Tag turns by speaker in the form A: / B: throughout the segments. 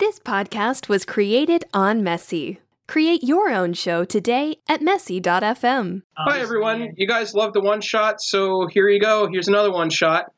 A: This podcast was created on Messy. Create your own show today at messy.fm.
B: Hi everyone, you guys love the one shot, so here you go. Here's another one shot.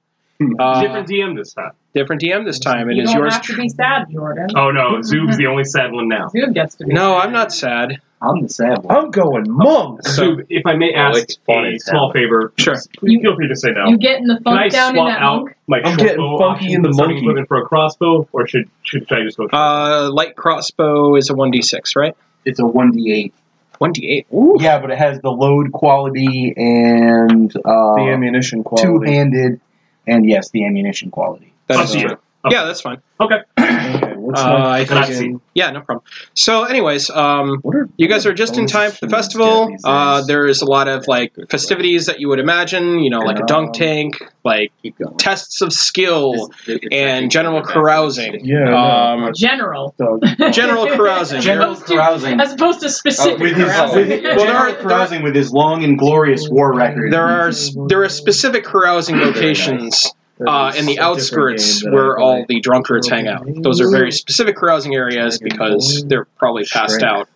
B: Uh,
C: Different DM this time.
B: different DM this time. It
D: you
B: is
D: don't
B: yours.
D: have to be sad, Jordan.
C: Oh no, Zoob's the only sad one now.
D: Zoom gets to be.
B: no,
D: sad.
B: I'm not sad.
E: I'm the sad one.
F: I'm going monk.
B: So
C: Zoob, if I may
E: Oh,
C: ask
E: it's funny,
C: a
E: it's
C: small
E: happening.
C: favor,
B: sure.
C: please feel free to say no.
D: You getting the
C: Can I
D: funk down in
C: swap
D: that
C: out
D: monk?
C: my
F: I'm
C: short
F: getting
C: bow
F: funky
C: option
F: in the
C: with something
F: monkey.
C: equivalent for a crossbow, or should should, should I just go?
B: Uh, light crossbow is a one d six, right?
E: It's a 1d8.
B: One d eight.
E: Yeah, but it has the load quality and
F: The
E: uh,
F: ammunition
E: two
F: quality.
E: handed, and yes, the ammunition quality.
B: That
C: Up
B: is
C: to you.
B: true. Yeah, that's fine.
C: Okay.
E: Okay, what's
B: Uh,
E: my-
B: I
C: Can I
B: think-
C: see?
B: yeah, no problem. So, anyways, um,
E: what are-
B: you guys are just in time for the festival. Uh, there is a lot of like festivities that you would imagine. You know, like a dunk tank, like
E: Keep going.
B: tests of skill, and general
E: carousing.
B: carousing.
F: Yeah.
B: Um,
D: General.
F: so,
B: general carousing.
E: General
D: As opposed to-
E: carousing.
D: As opposed to specific
E: with his,
D: carousing.
E: with,
B: Well, there are-
E: carousing with his long and glorious war record.
B: There are there are specific carousing locations uh, in the outskirts where all the drunkards hang out. Those are very specific carousing areas because they're probably passed
E: Shrink.
B: out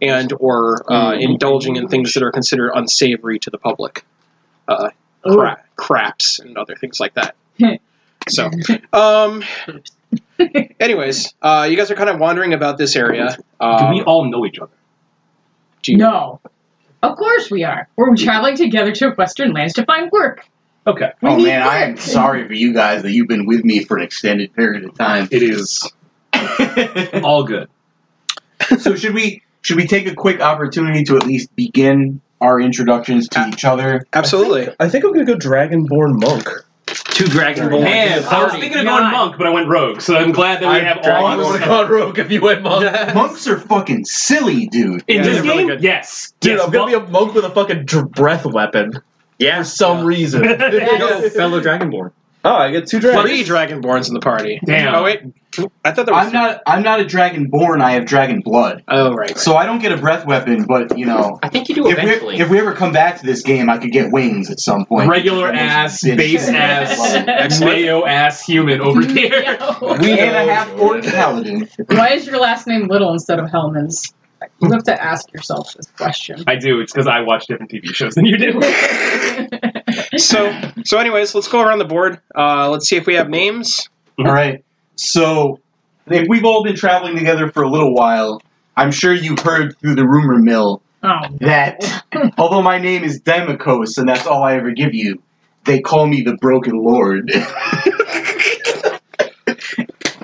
B: and or uh, indulging in things that are considered unsavory to the public, uh,
C: Oh.
B: cra- craps and other things like that. So, um, anyways, uh, you guys are kind of wandering about this area.
C: Do
B: Um,
C: we all know each other?
B: do you-
D: No. Of course we are. We're traveling together to Western lands to find work.
C: Okay.
D: We
E: Oh
D: need
E: man, I am
D: work.
E: sorry for you guys that you've been with me for an extended period of time.
C: It is
E: so
C: all good.
E: should we should we take a quick opportunity to at least begin our introductions
B: Uh,
E: to each other?
B: Absolutely.
F: I think I'm gonna go Dragonborn monk.
B: Two Dragonborn.
C: Man, I was thinking of going
D: God.
C: monk, but I went rogue, so I'm glad that we
B: I'm
C: have all.
B: dragging
C: our
B: you
C: stuff.
F: rogue if you went monk.
E: Monks are fucking silly, dude.
C: In
B: Yeah,
C: this
B: they're really
C: game,
B: good.
C: yes,
F: Dude,
C: yes,
F: I'm gonna be a monk with a fucking dr- breath weapon. Yeah. For some reason.
D: Yes.
F: fellow Dragonborn. Oh, I get two dragons.
B: Three Dragonborns in the party.
C: Damn.
B: Oh wait, I thought there was.
E: I'm not I'm not a dragonborn. I have dragon blood,
B: Oh right. right.
E: so I don't get a breath weapon. But you know,
G: I think you do
E: if we,
G: eventually.
E: if we ever come back to this game, I could get wings at some point.
C: regular
E: Most
C: ass,
E: bitch.
C: base ass, mayo ass human over here.
D: Yo.
E: We and a half orc paladin.
D: Why is your last name Little instead of Hellman's? You have to ask yourself this question.
C: I do. It's because I watch different TV shows than you do.
B: So so anyways, let's go around the board. Uh, let's see if we have names.
E: All right. So, if we've all been traveling together for a little while, I'm sure you've heard through the rumor mill
D: Oh,
E: that although my name is Demikos and that's all I ever give you, they call me the Broken Lord.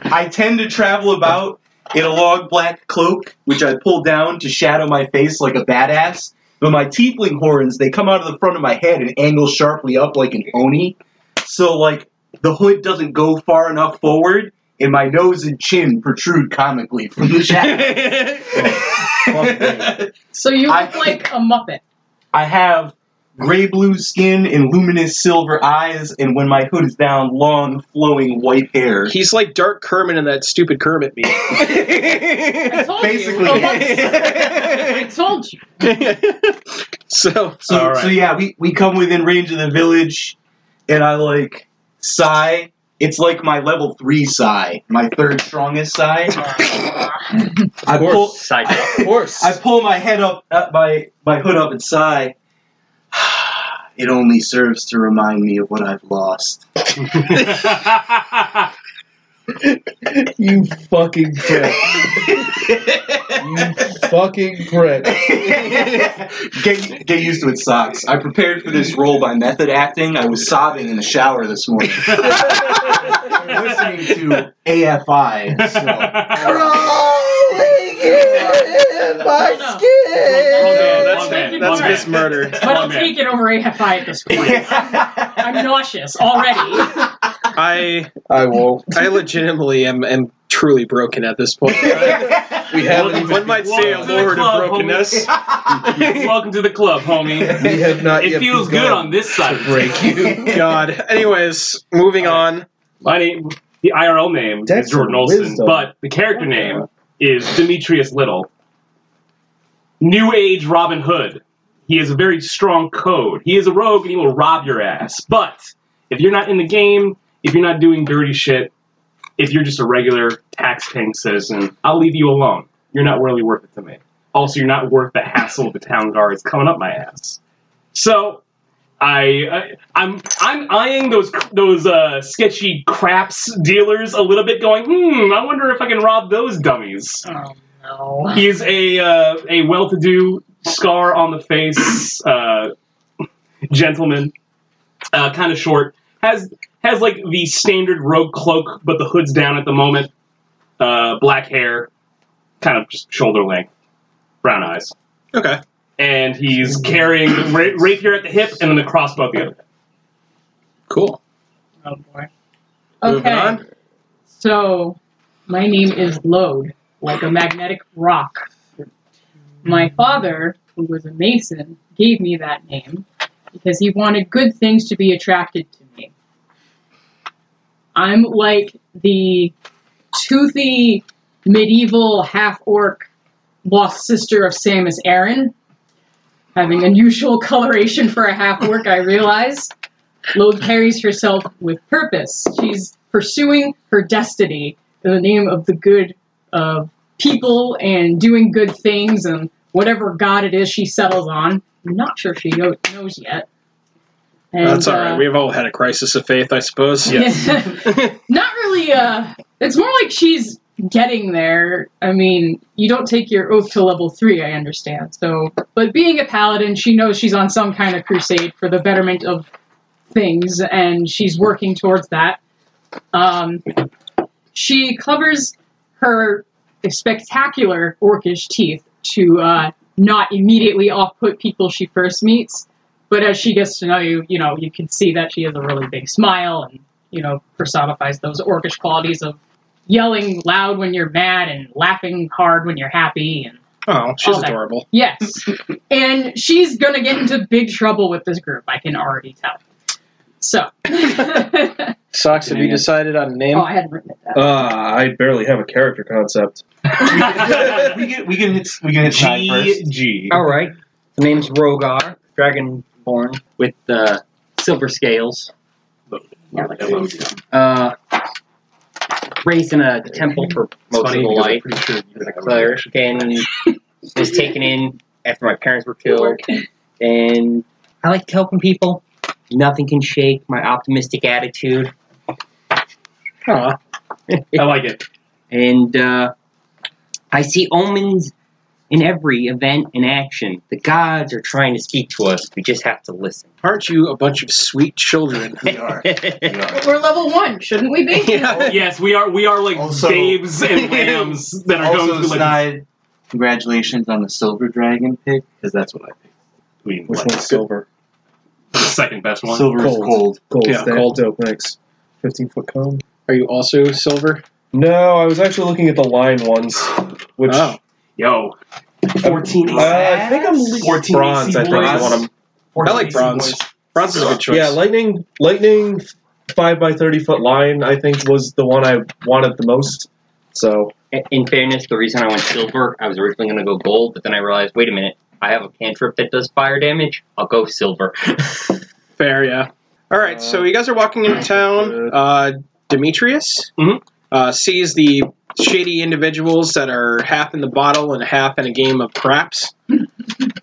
E: I tend to travel about in a long black cloak, which I pull down to shadow my face like a badass. But my tiefling horns, they come out of the front of my head and angle sharply up like an oni. So, like, the hood doesn't go far enough forward, and my nose and chin protrude comically from the shadow.
D: so you
E: I-
D: look like a Muppet.
E: I have gray blue skin and luminous silver eyes, and when my hood is down, long flowing white hair.
B: He's like Dark Kermit in that stupid Kermit meme.
D: told
E: Basically,
D: you. I told you.
B: so
E: so,
C: All right.
E: so yeah, we, we come within range of the village, and I like sigh. It's like my level three sigh, my third strongest sigh. I pull,
F: Of course.
E: I pull my head up, uh, my my hood up, and sigh. It only serves to remind me of what I've lost.
F: you fucking prick. you fucking prick.
E: get, get used to it, socks. I prepared for this role by method acting. I was sobbing in the shower this morning. Listening to AFI. So.
D: My
B: that's-
D: skin.
B: that's Miss Murder.
D: But I'll
C: One man.
D: take it over AFI at this point. I'm nauseous already.
B: I
F: I won't.
B: I legitimately am am truly broken at this point.
F: We haven't.
C: Welcome
B: One might say a
C: Welcome to the
B: lord of
C: club,
B: brokenness.
C: Welcome to the club, homie.
F: We have not
C: It
F: yet
C: feels
F: begun
C: good on this side.
F: to break you.
B: God. Anyways, moving on.
C: My name, the IRL name
F: That's
C: is Jordan Olson,
F: wisdom.
C: but the character name is Demetrius Little. New Age Robin Hood. He has a very strong code. He is a rogue and he will rob your ass. But if you're not in the game, if you're not doing dirty shit, if you're just a regular tax paying citizen, I'll leave you alone. You're not really worth it to me. Also, you're not worth the hassle of the town guards coming up my ass. So, I, I I'm I'm eyeing those those uh, sketchy craps dealers a little bit, going, hmm, I wonder if I can rob those dummies.
D: Oh no.
C: He's a uh, a well-to-do, scar on the face uh, gentleman, uh, kind of short. has has like the standard rogue cloak, but the hood's down at the moment. Uh, black hair, kind of just shoulder length, brown eyes,
B: Okay.
C: and he's carrying the ra- rapier at the hip and then the crossbow at the other.
B: Cool.
D: Oh boy.
B: Moving
D: Okay.
B: on.
D: So my name is Load, like a magnetic rock. My father, who was a mason, gave me that name because he wanted good things to be attracted to me. I'm like the toothy medieval half orc lost sister of Samus Aran. Having unusual coloration for a half orc, I realize. Lode carries herself with purpose. She's pursuing her destiny in the name of the good of people and doing good things and whatever god it is she settles on. I'm not sure if she know- knows yet. And,
B: That's all
D: uh,
B: right. We've all had a crisis of faith, I suppose. Yes.
D: not really uh it's more like she's getting there i mean you don't take your oath to level three i understand so but being a paladin she knows she's on some kind of crusade for the betterment of things and she's working towards that um, she covers her spectacular orcish teeth to uh, not immediately off-put people she first meets but as she gets to know you you know you can see that she has a really big smile and you know, personifies those orcish qualities of yelling loud when you're mad and laughing hard when you're happy. And
B: Oh, she's
D: All that.
B: adorable.
D: yes, and she's gonna get into big trouble with this group. I can already tell. So, oh,
B: Socks, have you decided on a name? Uh,
D: I hadn't written it down.
F: Ah, I barely have a character concept.
H: we can we can hit we can hit Ty
C: G
H: first.
C: G.
I: All right. The name's Rogar, dragonborn with uh, silver scales.
D: Yeah, like-
I: Uh, raised in a temple for most of the life.
C: Pretty sure you
I: as a cleric and was taken in after my parents were killed. And I like helping people. Nothing can shake my optimistic attitude.
B: Aw,
C: Oh, I like it.
I: And uh, I see omens in every event and action. The gods are trying to speak to us. We just have to listen.
B: aren't you a bunch of sweet children?
H: We are. We are.
D: We're level one, shouldn't we be?
B: Yeah.
C: Yes, we are. We are like
H: Also-
C: babes and lambs that are
H: Also,
C: going through like
H: Snide, congratulations on the silver dragon pick because that's what I picked.
C: between
F: Which
C: like,
F: one's silver?
C: the second best one.
H: Silver is
F: Gold.
H: cold.
F: Gold.
B: Yeah,
F: stat.
B: gold.
F: dope. Thanks. Fifteen foot cone.
B: Are you also silver?
F: No, I was actually looking at the line ones, which
B: Oh.
C: Yo,
F: fourteen. I think I'm le-
C: 14
F: bronze. I think
C: AC
F: is what
C: boys.
F: I'm.
B: I like bronze. Bronze is a good choice.
F: Yeah, lightning, lightning, five by thirty foot line. I think was the one I wanted the most. So
I: I- In fairness, the reason I went silver, I was originally going to go gold, but then I realized, wait a minute, I have a cantrip that does fire damage. I'll go silver.
B: Fair, yeah. All right, so you guys are walking into town. Uh, Demetrius
C: Mhm.
B: uh, sees the shady individuals that are half in the bottle and half in a game of craps,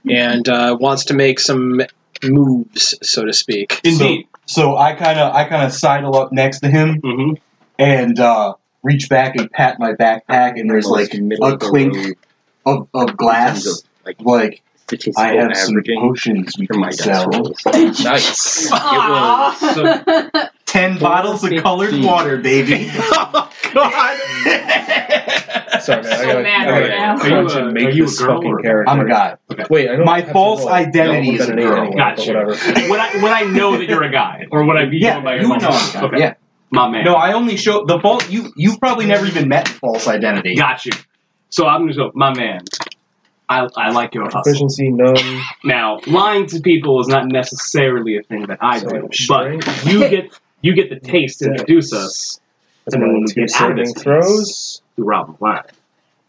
B: and uh, wants to make some moves, so to speak.
C: indeed.
H: So I kind of I kind of sidle up next to him
C: hmm
H: and uh, reach back and pat my backpack, and there's like a clink of, of glass.
I: Like,
H: Like
I: statistical
H: I have some
I: averaging
H: potions we
I: for my
H: can
I: dice
H: sell.
I: rolls. nice.
D: Aw.
H: Ten bottles of colored water, baby.
B: oh, God!
F: sorry, man.
D: So
F: I gotta,
D: mad
F: I gotta
D: right now.
F: crunch and
C: Are you a-
F: make
C: are you a
F: this
C: girl
F: fucking
C: or-
F: character.
H: I'm a guy.
F: Wait, I don't
H: My
F: have to
H: false
F: roll.
H: identity
F: No,
H: is
F: but
H: a girl.
F: anyway,
C: Gotcha.
F: but Whatever.
C: When I when I know that you're a guy, or when I be
H: Yeah,
C: told by your
H: you know
C: mom.
H: I'm a guy.
C: Okay.
H: Yeah.
C: my man.
H: No, I only show the false. You you've probably never even met false identity.
C: got you. So I'm gonna go, my man. I, I like your hustle.
F: Proficiency none.
C: Now, lying to people is not necessarily a thing that I
F: So
C: do,
F: strength.
C: but you get you get the taste to introduce us
F: That's
C: And then
F: my
C: when we
F: two
C: get out of
F: saving
C: this
F: throws.
C: to Robin Blind.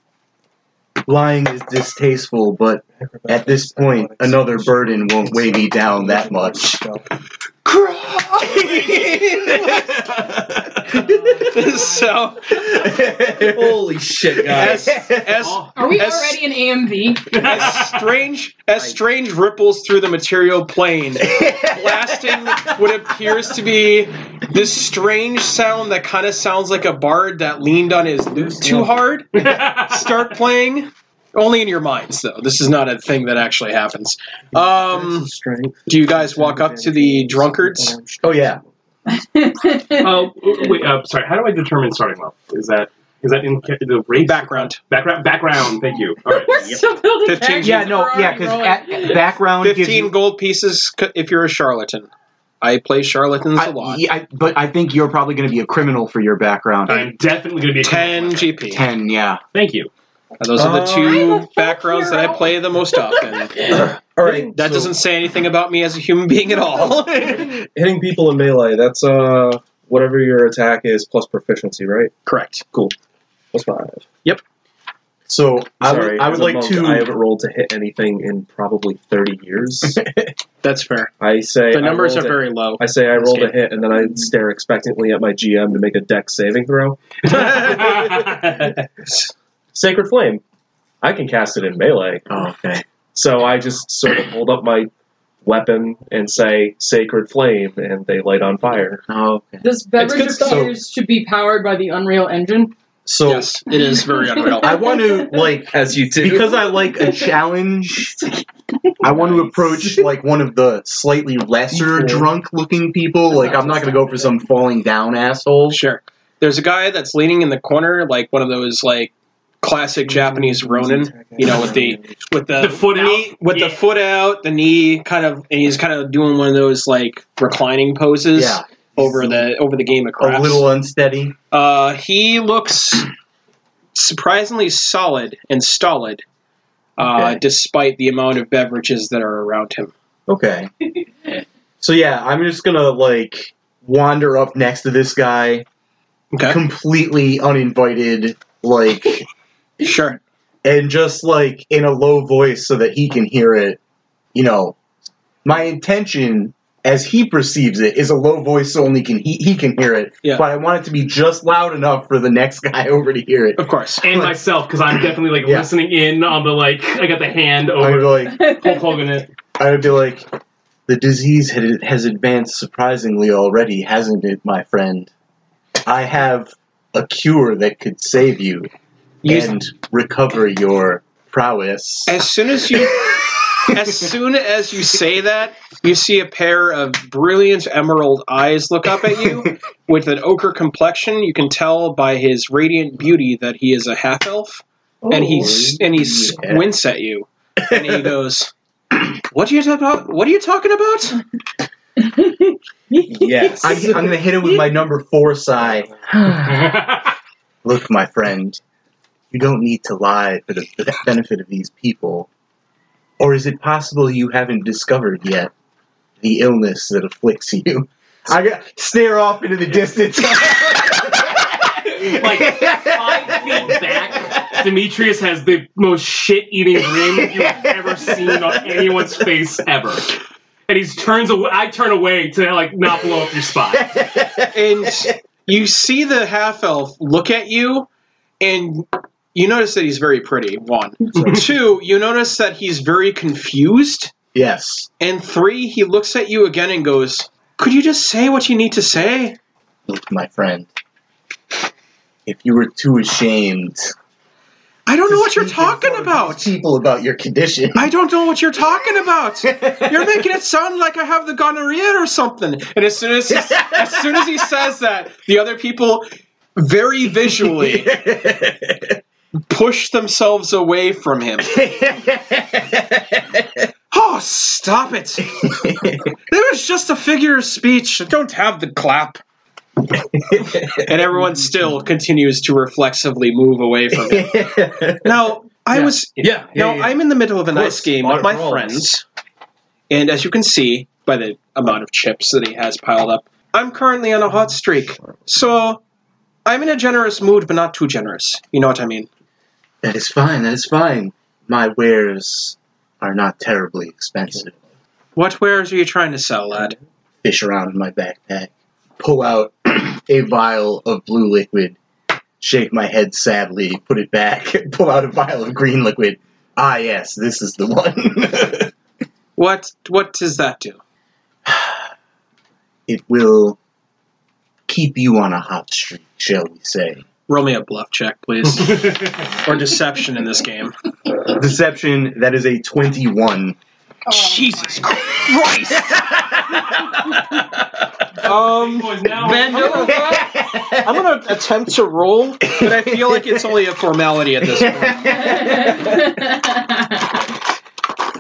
H: Lying is distasteful, but at this point, another burden won't weigh me
B: Um,
H: down that much.
B: so
H: Holy shit,
B: as, as
D: Are we
B: As-
D: already in AMV?
B: as strange as strange ripples through the material plane blasting what appears to be this strange sound that kind of sounds like a bard that leaned on his lute too hard start playing only in your minds though this is not a thing that actually happens um, do you guys walk up to the drunkards
H: oh yeah.
C: Oh, wait. Uh, sorry. How do I determine starting level? Is that is that in ca- the race
B: background
C: background? Background. Thank you. All right.
D: We're still building
B: 15.
D: characters.
E: Yeah, no,
D: We're
E: yeah,
D: already rolling.
E: because background gives
B: 15
E: you.
B: gold pieces c- if you're a charlatan i play charlatans a
E: I,
B: lot
E: yeah, I- but I think you're probably going to be a criminal for your background.
C: I'm definitely going to be a
B: 10 gp
E: Ten, yeah.
C: Thank you.
B: Those are the
D: I'm
F: Oh.
D: a
B: two
D: folk
B: backgrounds that I
D: hero.
B: play the most often.
F: All right,
B: That
F: so
B: doesn't say anything about me as a human being at all.
F: hitting people in melee. That's uh whatever your attack is plus proficiency, right?
B: Correct.
F: Plus five.
H: So I
F: Sorry,
H: would, I
F: as
H: would
F: a
H: like
F: monk,
H: to.
F: I haven't rolled to hit anything in probably thirty years.
B: That's fair.
F: I say
B: The numbers
F: I
B: are
F: rolled a-
B: very low.
F: I say I
B: That's
F: rolled a
B: good.
F: hit, and then I stare expectantly at my GM to make a deck saving throw. Sacred Flame. I can cast it in melee.
E: Oh, okay.
F: So I just sort of hold up my weapon and say Sacred Flame, and they light on fire.
E: Oh, okay.
D: This
F: good
D: beverage
F: stuff.
D: appears to be powered by the Unreal Engine.
F: So
B: yes, it is very unreal.
E: I want to like
F: as you do,
E: because I like a challenge. I want to approach like one of the slightly lesser
F: Equal.
E: drunk looking people. Like I'm not going to go for some falling down asshole.
B: Sure. There's a guy that's leaning in the corner, like one of those like classic Japanese Ronin, you know, with the with the,
C: The foot out?
B: knee, with the
C: Yeah.
B: foot out, the knee kind of, and he's kind of doing one of those like reclining poses
E: Yeah,
B: over the over the game of craps.
E: a little unsteady.
B: Uh, he looks surprisingly solid and stolid, uh,
E: Okay.
B: despite the amount of beverages that are around him.
E: Okay. so yeah, I'm just gonna like wander up next to this guy,
B: Okay,
E: completely uninvited, like,
B: sure.
E: and just like in a low voice so that he can hear it. You know, my intention, as he perceives it, is a low voice so only can he he can hear it.
B: Yeah.
E: But I want it to be just loud enough for the next guy over to hear it.
B: Of course.
C: And myself, because I'm definitely like
E: Yeah.
C: listening in on the like. I got the hand
E: I'd be
C: over
E: like,
C: Hulk Hogan. It.
E: I'd be like, the disease had, has advanced surprisingly already, hasn't it, my friend? I have a cure that could save you
B: Use-
E: and recover your prowess.
B: as soon as you, as soon as you say that, you see a pair of brilliant emerald eyes look up at you with an ochre complexion. You can tell by his radiant beauty that he is a half elf, and
F: Oh.
B: he s- and he squints at you, and he goes, "What are you ta- What are you talking about?"
F: yes,
E: I'm, I'm going to hit him with my number four sigh. Look, my friend, you don't need to lie for the, for the benefit of these people. Or is it possible you haven't discovered yet the illness that afflicts you? I got, stare off into the distance.
C: like five feet back, Demetrius has the most shit-eating grin you've ever seen on anyone's face ever. And he turns away. I turn away to like not blow up your spot.
B: and you see the half elf look at you, and you notice that he's very pretty. One, two, you notice that he's very confused,
E: yes.
B: and three, he looks at you again and goes, "Could you just say what you need to say?"
E: Look, my friend, if you were too ashamed.
B: I don't know what you're
E: to speak in
B: talking
E: front of
B: about.
E: these People about your condition.
B: I don't know what you're talking about. You're making it sound like I have the gonorrhea or something. And as soon as he, as soon as he says that, the other people very visually push themselves away from him. Oh, stop it! It was just a figure of speech. I don't have the clap. and everyone still continues to reflexively move away from him. Now, I was
F: yeah.
B: now I'm in the middle of a
F: course,
B: nice game
F: art
B: with my
F: rolls.
B: friends, and as you can see by the amount of chips that he has piled up, I'm currently on a hot streak. So I'm in a generous mood, but not too generous. You know what I mean?
E: That is fine, that is fine. My wares are not terribly expensive.
B: What wares are you trying to sell, lad?
E: Fish around in my backpack, pull out a vial of blue liquid, shake my head sadly, put it back, pull out a vial of green liquid. Ah, yes, this is the one.
B: What what does that do?
E: it will keep you on a hot streak, shall we say.
B: Roll me a bluff check, please, or deception in this game.
E: Deception, that is a 21.
B: Jesus Christ! um, bend over. I'm gonna attempt to roll, but I feel like it's only a formality at this point.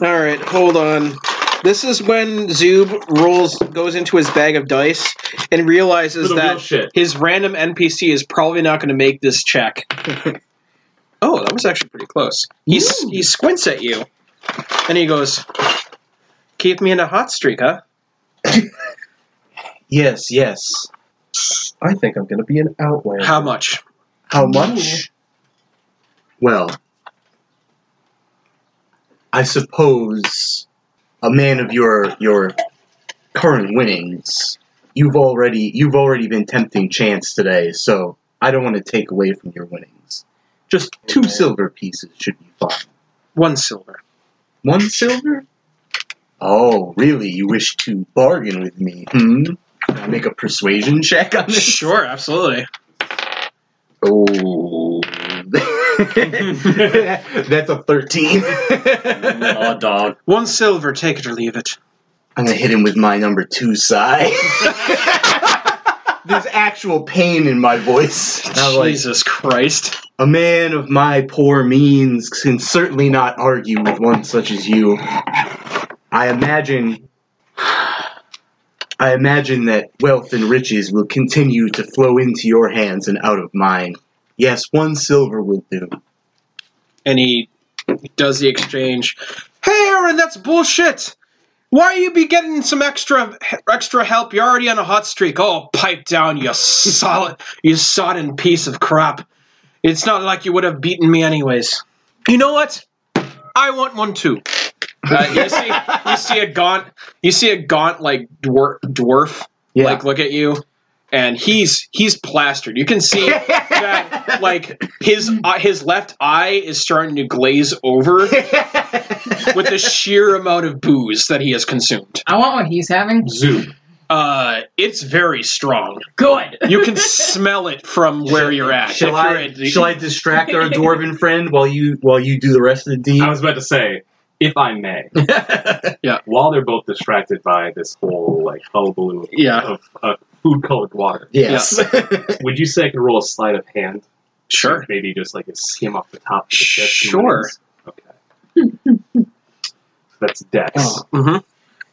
B: All right, hold on. This is when Zoob rolls goes into his bag of dice and realizes
C: For the real
B: that
C: shit.
B: his random NPC is probably not going to make this check. oh, that was actually pretty close. He s- he squints at you, and he goes, "Keep me in a hot streak, huh?"
E: Yes, yes.
F: I think I'm gonna be an outlander.
B: How much?
E: How much? Well, I suppose a man of your your current winnings, you've already you've already been tempting chance today, so I don't want to take away from your winnings. Just two silver pieces should be fine.
B: One silver.
E: One silver? Oh, really? You wish to bargain with me? Hmm. Can I make a persuasion check on this?
B: Sure, absolutely.
E: Oh. That's a 13.
I: Aw, dog.
B: One silver. Take it or leave it.
E: I'm going to hit him with my number two sigh. There's actual pain in my voice. And I'm like,
B: Jesus Christ.
E: a man of my poor means can certainly not argue with one such as you. I imagine. I imagine that wealth and riches will continue to flow into your hands and out of mine. Yes, one silver will do.
B: and he does the exchange. Hey, Aaron, that's bullshit. Why you be getting some extra extra help? You're already on a hot streak. Oh, pipe down, you solid, you sodden piece of crap. It's not like you would have beaten me anyways. You know what? I want one too. Uh, you see, you see a gaunt, you see a gaunt like dwarf, dwarf
E: Yeah.
B: like look at you, and he's he's plastered. You can see that like his uh, his left eye is starting to glaze over with the sheer amount of booze that he has consumed.
D: I want what he's having.
C: Zoom.
B: Uh, it's very strong.
D: Good.
B: You can smell it from where you're at.
E: Shall
B: If
E: I,
B: you're at the-
E: shall I distract our dwarven friend while you while you do the rest of the deed?
C: I was about to say, if I may,
B: Yeah.
C: While they're both distracted by this whole like hullabaloo
B: Yeah.
C: of uh, food colored water,
E: yes.
C: would you say I could roll a sleight of hand?
B: sure.
C: Maybe just like a skim off the top. Of the chest and
B: Sure.
C: wings? Okay. That's Dex.
E: Mm-hmm.
B: hmm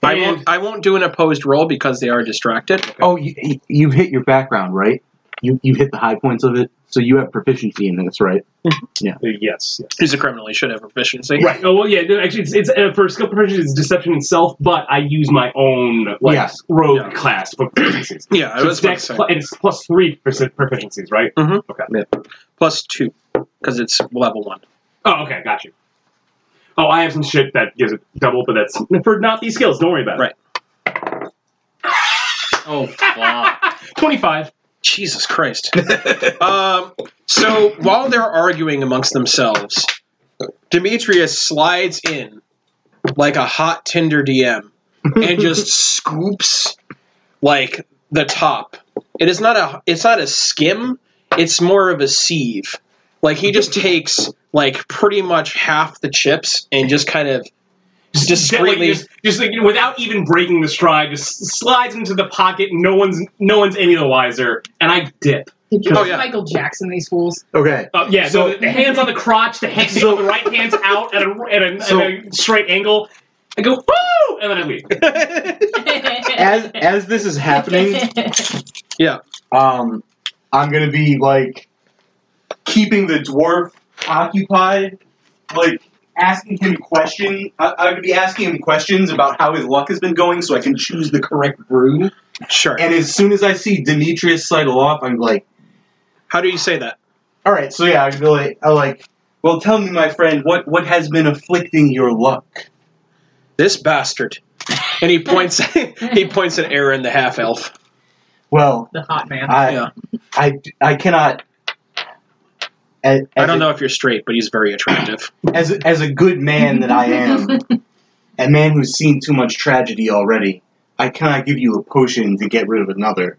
B: I
C: And-
B: won't. I won't do an opposed roll because they are distracted.
E: oh, you, you- you hit your background right. You you hit the high points of it, so you have proficiency in this, right?
C: Uh, Yes. yes.
B: He's a criminal. He should have proficiency.
C: Right. Oh well, yeah. No, actually, it's, it's uh, for skill proficiency, it's deception itself, but I use my own like
E: Yes.
C: rogue
B: Yeah.
C: class for proficiencies.
B: Yeah, I
C: So
B: was
C: it's
B: about to
C: dex
B: say.
C: pl- it's plus three percent proficiencies, right?
B: plus two because it's level one.
C: Oh, okay, got you. Oh, I have some shit that gives it double, but that's for not these skills. Don't worry about
B: Right.
C: it.
I: Oh, wow.
C: Twenty-five.
B: Jesus Christ. um, so while they're arguing amongst themselves, Demetrius slides in like a hot Tinder DM and just scoops like the top. It is not a it's not a skim, it's more of a sieve. Like he just takes like pretty much half the chips and just kind of discreetly
C: Just, just like, you know, without even breaking the stride, just slides into the pocket. No one's no one's any the wiser, and I dip.
D: Did you
B: Oh,
D: watch
B: yeah.
D: Michael Jackson these fools?
E: Okay.
C: Uh, yeah, so,
E: So-
C: the, the hands on the crotch, the, hand,
E: So-
C: the right hand's out at a, at, a,
E: So-
C: at a straight angle. I go woo, and then I leave.
E: As as this is happening, um, I'm gonna be like keeping the dwarf occupied, like asking him question. I, I'm gonna be asking him questions about how his luck has been going, so I can choose the correct brew.
B: sure.
E: And as soon as I see Demetrius sidle off, I'm like.
B: How do you say that?
E: All right, so yeah, I'd be like, I like. Well, tell me, my friend, what what has been afflicting your luck?
B: This bastard. And he points he points at Aaron the half elf.
E: Well,
D: the hot man.
E: I,
B: Yeah.
E: I, I cannot. As,
B: I don't
E: a,
B: know if you're straight, but he's very attractive.
E: As a, as a good man that I am, a man who's seen too much tragedy already, I cannot give you a potion to get rid of another.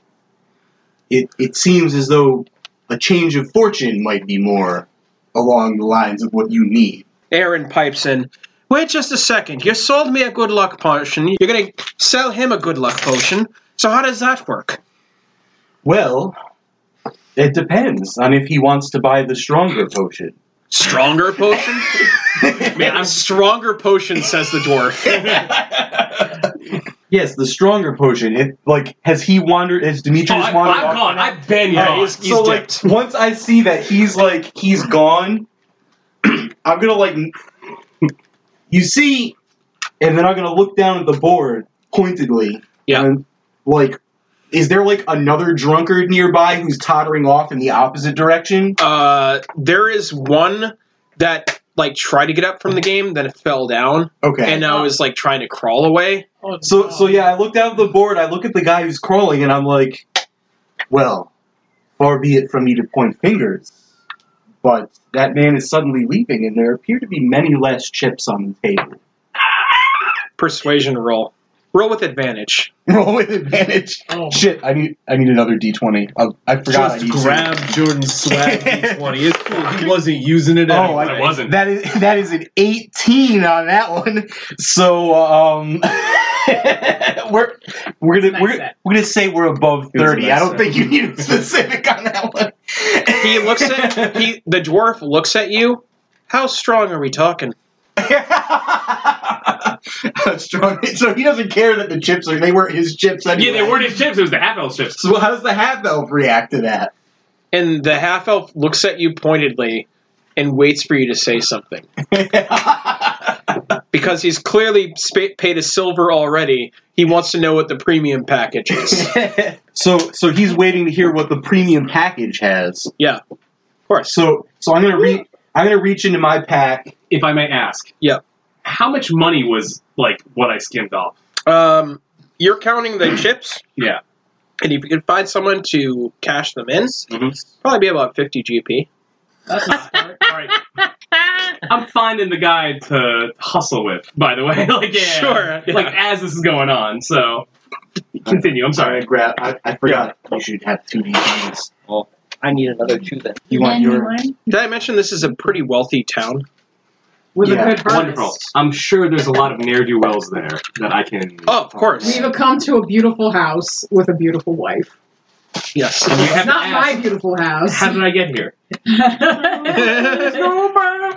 E: It it seems as though a change of fortune might be more along the lines of what you need.
B: Aaron pipes in. Wait just a second. You sold me a good luck potion. You're going to sell him a good luck potion. So how does that work?
E: Well, it depends on if he wants to buy the stronger potion.
B: Stronger potion? Man, I'm stronger potion, says the dwarf.
E: Yes, the stronger potion. It like has he wandered? Has
C: Oh,
E: Demetrius
C: I,
E: wandered?
C: I'm
E: off-
C: gone. I've been
E: Yeah,
C: gone.
E: he's-
B: he's
E: Oh, so like
B: dipped.
E: once I see that he's like he's gone, I'm gonna like you see, and then I'm gonna look down at the board pointedly.
B: Yeah.
E: and, like, is there like another drunkard nearby who's tottering off in the opposite direction?
B: Uh, there is one that like tried to get up from the game, then it fell down,
E: Okay.
B: and now is like trying to crawl away.
D: Oh,
E: so
D: no.
E: so yeah, I look down at the board. I look at the guy who's crawling, and I'm like, well, far be it from me to point fingers. But that man is suddenly leaving, and there appear to be many less chips on the table.
B: Persuasion roll. Roll with advantage.
E: Roll with advantage.
D: Oh.
E: Shit, I need I need another D twenty. I, I forgot. I
F: Just
E: need to.
F: grab Jordan's swag twenty. It's cool. He wasn't using it.
E: Oh,
F: anyway.
C: I wasn't.
E: That is that is an eighteen on that one. So um, we're we're gonna
D: Nice
E: we're,
D: set.
E: we're gonna say we're above
F: was a
E: thirty.
F: nice
E: I don't
F: set.
E: think you need a specific on that one.
B: He looks at he the dwarf looks at you. How strong are we talking?
E: How strong. So he doesn't care that the chips are they weren't his chips anyway.
C: Yeah, they weren't his chips. It was the half elf chips.
E: So how does the half elf react to that?
B: And the half elf looks at you pointedly and waits for you to say something because he's clearly spa- paid a silver already. He wants to know what the premium package is.
E: so so he's waiting to hear what the premium package has.
B: yeah, of course.
E: So so I'm gonna re- I'm gonna reach into my pack.
C: If I may ask.
B: Yeah.
C: How much money was like what I skimmed off?
B: Um, you're counting the chips.
C: Yeah.
B: And if you can find someone to cash them in,
C: Mhm.
B: probably be about 50 GP.
D: That's not smart.
C: All right. I'm finding the guy to hustle with, by the way. like, yeah,
B: Sure, yeah.
C: Like, as this is going on, so continue. I'm
E: Sorry, I
C: sorry.
E: grab. I, I forgot. You should have two d10s.
I: I need another two then.
E: You want your?
D: Genuine
B: Did I mention this is a pretty wealthy town?
D: with
E: Yeah.
D: a good harvest.
C: Wonderful. I'm sure there's a lot of ne'er do wells there that I can.
B: Oh, of course.
D: We've come to a beautiful house with a beautiful wife.
B: Yes.
C: And you have to
D: Not
C: ask,
D: my beautiful house.
C: How did I get here?
D: There's no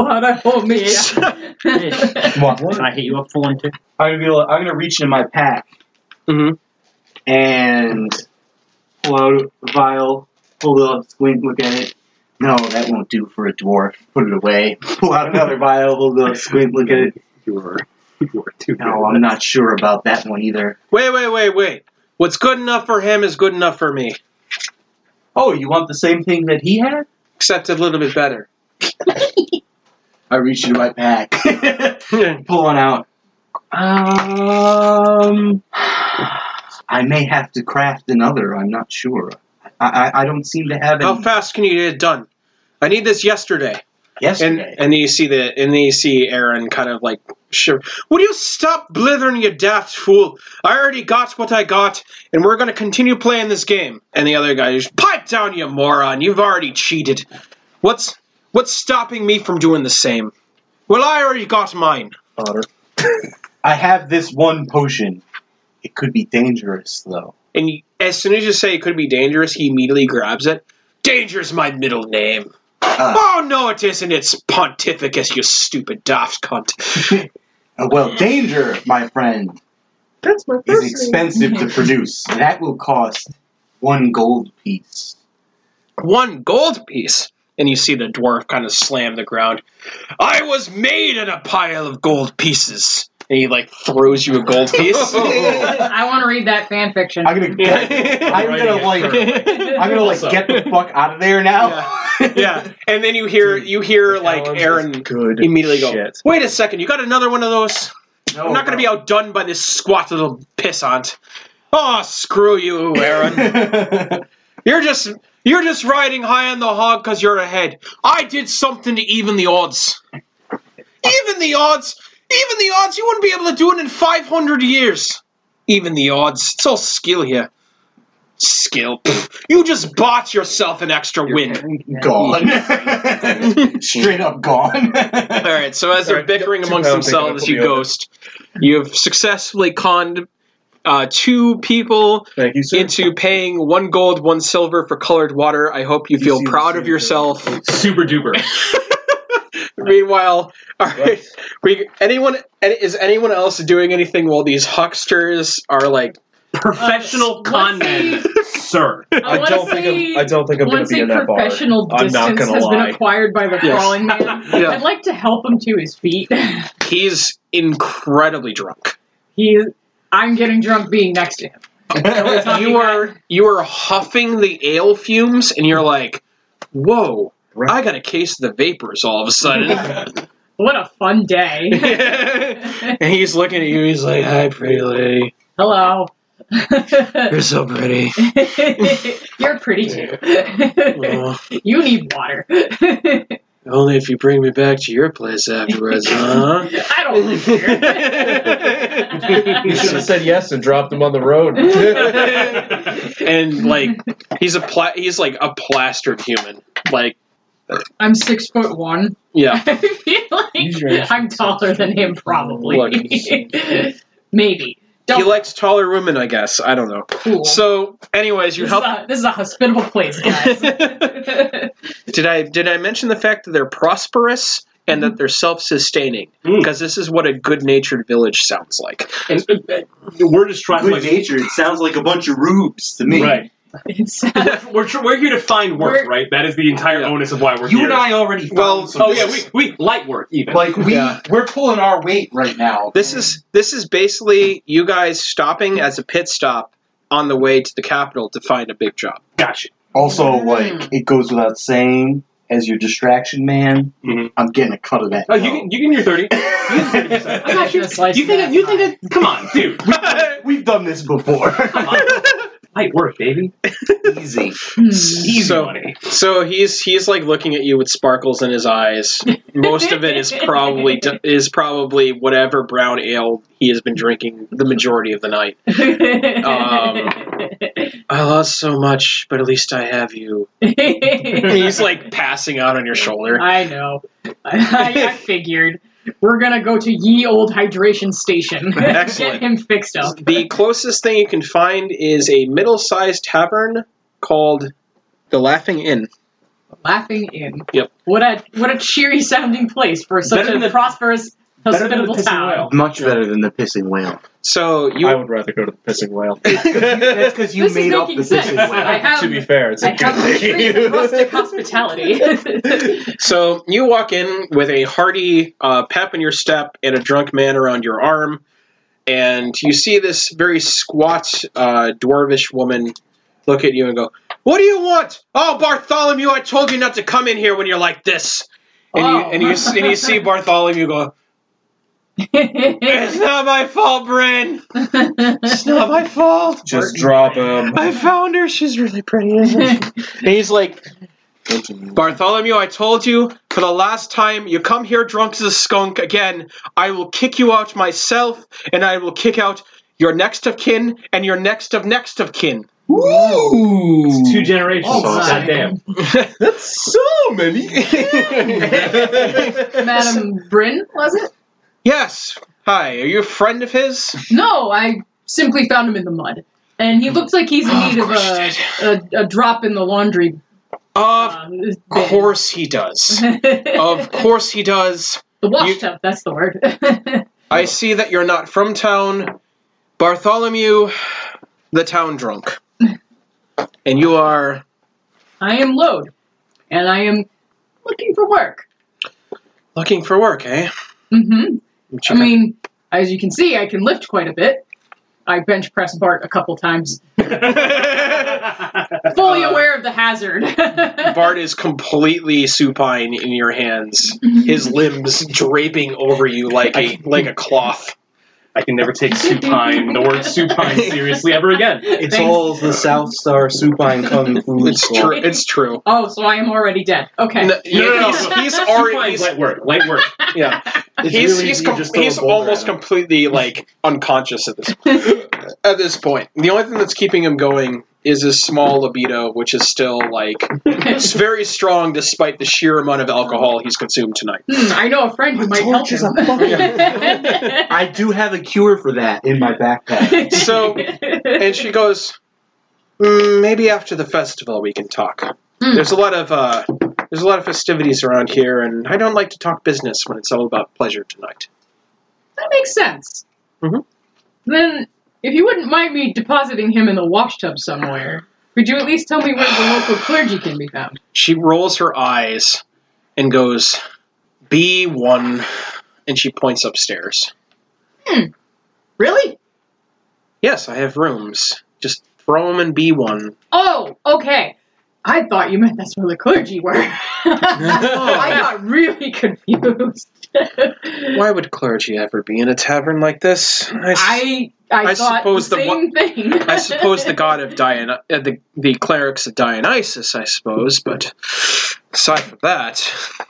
D: water for me.
I: Fish.
E: What?
I: Can I hit you up for one too?
E: I'm gonna be. like- I'm gonna reach into my pack Mm-hmm.
B: Mhm.
E: and pull out a vial. Pull it up, squint, look at it. No, that won't do for a dwarf. Put it away. Pull out another vial. Hold up, squint, look at it.
C: You were, you were too
E: No, I'm not sure about that one either.
B: Wait, wait, wait, wait. What's good enough for him is good enough for me,
E: Oh, you want the same thing that he had?
B: except a little bit better.
E: I reach into my pack. Pull one out. Um, I may have to craft another. I'm not sure. I I, I don't seem to have
B: How
E: any
B: fast can you get it done? I need this yesterday. And
E: yesterday.
B: and then you see the and then you see Aaron kind of like sure. Would you stop blithering, you daft fool? I already got what I got, and we're gonna continue playing this game. And the other guy is pipe down, you moron. You've already cheated. What's what's stopping me from doing the same? Well, I already got mine.
E: Otter. I have this one potion. It could be dangerous, though.
B: And you- as soon as you say it could be dangerous, he immediately grabs it. Danger's my middle name.
E: Ah.
B: Oh no, it isn't. It's Pontificus, you stupid daft cunt.
E: Uh, well, danger, my friend,
D: That's my
E: is expensive to produce. That will cost one gold piece.
B: one gold piece. And you see the dwarf kind of slam the ground. I was made in a pile of gold pieces. And he like throws you a gold piece.
E: I'm
D: I want to read that fan fiction.
E: gonna get. I'm gonna like. I'm gonna like
C: Also.
E: get the fuck out of there now.
B: yeah. And then you hear you hear like
F: Alan's
B: Aaron
F: is good
B: immediately go,
F: shit.
B: Wait a second, you got another one of those? I'm not gonna be outdone by this squat little pissant. Oh, screw you, Aaron. you're just you're just riding high on the hog because you're ahead. I did something to even the odds. Even the odds. Even the odds. You wouldn't be able to do it in 500 years. Even the odds. It's all skill here. Skill. Pff, You just bought yourself an extra win.
H: gone. Straight up gone.
B: All right. So as
F: All
B: they're
F: right,
B: bickering
F: two
B: amongst
F: pounds, take it up,
B: themselves,
F: put
B: you
F: me over.
B: ghost. You have successfully conned uh, two people
F: Thank you, sir.
B: into paying one gold, one silver for colored water. I hope you,
F: You
B: feel
F: see the
B: proud of
F: same
B: yourself.
C: Super duper.
B: Meanwhile, all right, we anyone any- is anyone else doing anything while these hucksters are like?
C: Professional
D: Uh, let's
C: con men,
D: see.
C: sir.
F: I
D: wanna
F: don't think
D: say
F: I'm, I don't think I'm going
D: Once
F: to be
D: a
F: in that bar.
D: professional
F: I'm not
D: distance
F: going to
D: has
F: lie.
D: been acquired by the
B: Yes.
D: crawling man,
B: Yeah.
D: I'd like to help him to his feet.
B: He's incredibly drunk.
D: he, is, I'm getting drunk being next to him.
B: You are you are huffing the ale fumes, and you're like, "Whoa! I got a case of the vapors all of a sudden."
D: What a fun day!
B: and he's looking at you. He's like, "Hi, pretty lady.
D: Hello.
B: You're so pretty.
D: You're pretty too.
B: Oh,
D: you need water.
B: Uh-huh. only if you bring me back to your place afterwards, huh?"
D: I don't live here.
F: You should have said yes and dropped him on the road.
B: and like he's a pla- he's like a plastered human. Like
D: I'm six foot one.
B: yeah,
D: I feel like I'm taller than him,
B: Look.
D: probably. Maybe. Don't
B: he likes taller women, I guess. I don't know.
D: cool.
B: So, anyways, you
D: this,
B: help.
D: is a, this is a hospitable place, guys.
B: did I did I mention the fact that they're prosperous and that they're self sustaining?
C: Mm.
B: Because this is what a good natured village sounds like.
C: And, uh, we're just trying.
H: Good
C: Like,
H: natured. It sounds like a bunch of rubes to me.
C: right.
D: it's,
C: We're, tr- we're here to find work,
D: We're-
C: right? That is the entire
B: Yeah.
C: onus of why we're
H: You
C: here.
H: and I already. Found
B: Well,
H: some
C: Oh yeah,
H: business.
C: we, we light work even.
H: like we
B: Yeah.
H: we're pulling our weight right now.
B: This is this is basically you guys stopping as a pit stop on the way to the capital to find a big job.
C: gotcha.
H: also
D: Mm.
H: like it goes without saying. As your distraction man,
C: Mhm.
H: I'm getting a cut of that.
C: Oh, you
H: dough.
C: can you can your thirty. You can 30%.
D: I'm not gonna slice
C: You think
D: that
C: it- you think
D: fine.
C: it? Come on, dude.
H: We've done this before.
C: Come on. Light work, baby.
H: Easy.
D: Hmm.
C: Easy
B: So-
C: money.
B: So he's he's like looking at you with sparkles in his eyes. Most of it is probably is probably whatever brown ale he has been drinking the majority of the night. I lost so much, but at least I have you. He's like passing out on your shoulder.
D: I know. I, I figured. We're gonna go to ye old hydration station.
B: Excellent.
D: Get him fixed up.
B: The closest thing you can find is a middle-sized tavern called the Laughing Inn.
D: Laughing in.
B: Yep.
D: What a what a cheery sounding place for such
C: Better
D: a
C: than the-
D: prosperous,
C: Better than the
D: hospitable
C: pissing
D: town.
C: whale.
E: Much better than the pissing whale.
B: So
F: I
B: you
F: would rather go to the pissing whale.
H: That's because you
D: This is
H: made up
D: making
H: the
D: sense.
H: business.
D: I have-
F: to be fair, it's
D: I
F: a
D: have a degree in rustic hospitality.
B: so you walk in with a hearty uh, pep in your step and a drunk man around your arm, and you see this very squat uh, dwarvish woman look at you and go, "What do you want? Oh, Bartholomew, I told you not to come in here when you're like this." And you
D: Oh.
B: and you and you see Bartholomew go, "It's not my fault, Bryn. It's not my fault."
F: Just drop him.
B: I found her. She's really pretty, isn't she? And he's like, Bartholomew, I told you for the last time, you come here drunk as a skunk again. I will kick you out myself, and I will kick out your next of kin and your next of next of kin.
C: It's two generations.
D: Oh, my.
C: Goddamn.
F: That's so many.
D: Madam Bryn, was it?
B: yes. Hi. Are you a friend of his?
D: No, I simply found him in the mud. And he looks like he's in
B: Oh, of
D: need of,
B: course
D: a, a, a drop in the laundry.
B: Of
D: Uh, bin.
B: course he does. of
D: the
B: course he does.
D: wash tub, that's the word.
B: I see that you're not from town. Bartholomew, the town drunk. And you are
D: I am load, and I am looking for work.
B: looking for work, eh?
D: hmm
B: What you
D: I
B: got?
D: mean, as you can see, I can lift quite a bit. I bench press Bart a couple times. Fully aware of the hazard.
B: Bart is completely supine in
D: Mm-hmm.
B: your hands, his limbs draping over you like a like a cloth.
C: I can never take supine, the word supine, seriously ever again.
E: It's
D: Thanks.
E: all the South Star Supine Kung Fu.
B: It's
E: School.
B: true. It's true.
D: Oh, so I am already dead. Okay.
B: No,
C: No, no, no.
B: he's, he's
C: Supine
B: already.
C: is
B: He's,
C: light work, light work.
B: yeah,
E: It's
B: he's
E: really
B: he's,
E: you
B: com-
E: just throw a
B: he's
E: boulder
B: almost
E: at him.
B: completely like unconscious at this at this point. The only thing that's keeping him going is his small libido, which is still like
D: Hmm,
B: it's very strong despite the sheer amount of alcohol he's consumed tonight.
D: Hmm, I know a friend who might help
E: torch is
D: him.
E: a I do have a cure for that in my backpack.
B: So- And she goes, "Mm, maybe after the festival we can talk.
D: Hmm.
B: There's a lot of uh, there's a lot of festivities around here, and I don't like to talk business when it's all about pleasure tonight.
D: That makes sense.
B: Mhm.
D: Then, if you wouldn't mind me depositing him in the washtub somewhere, could you at least tell me where the local clergy can be found?
B: She rolls her eyes and goes, B1. And she points upstairs.
D: Really?
B: Yes, I have rooms. Just throw them in B1.
D: Oh, okay. I thought you meant that's where the clergy were. I got really confused.
B: Why would clergy ever be in a tavern like this? I, s-
D: I I,
B: I
D: thought
B: suppose
D: the
B: the
D: same thing.
B: I suppose the god of Dion- uh, the, the clerics of Dionysus, I suppose, but aside from that,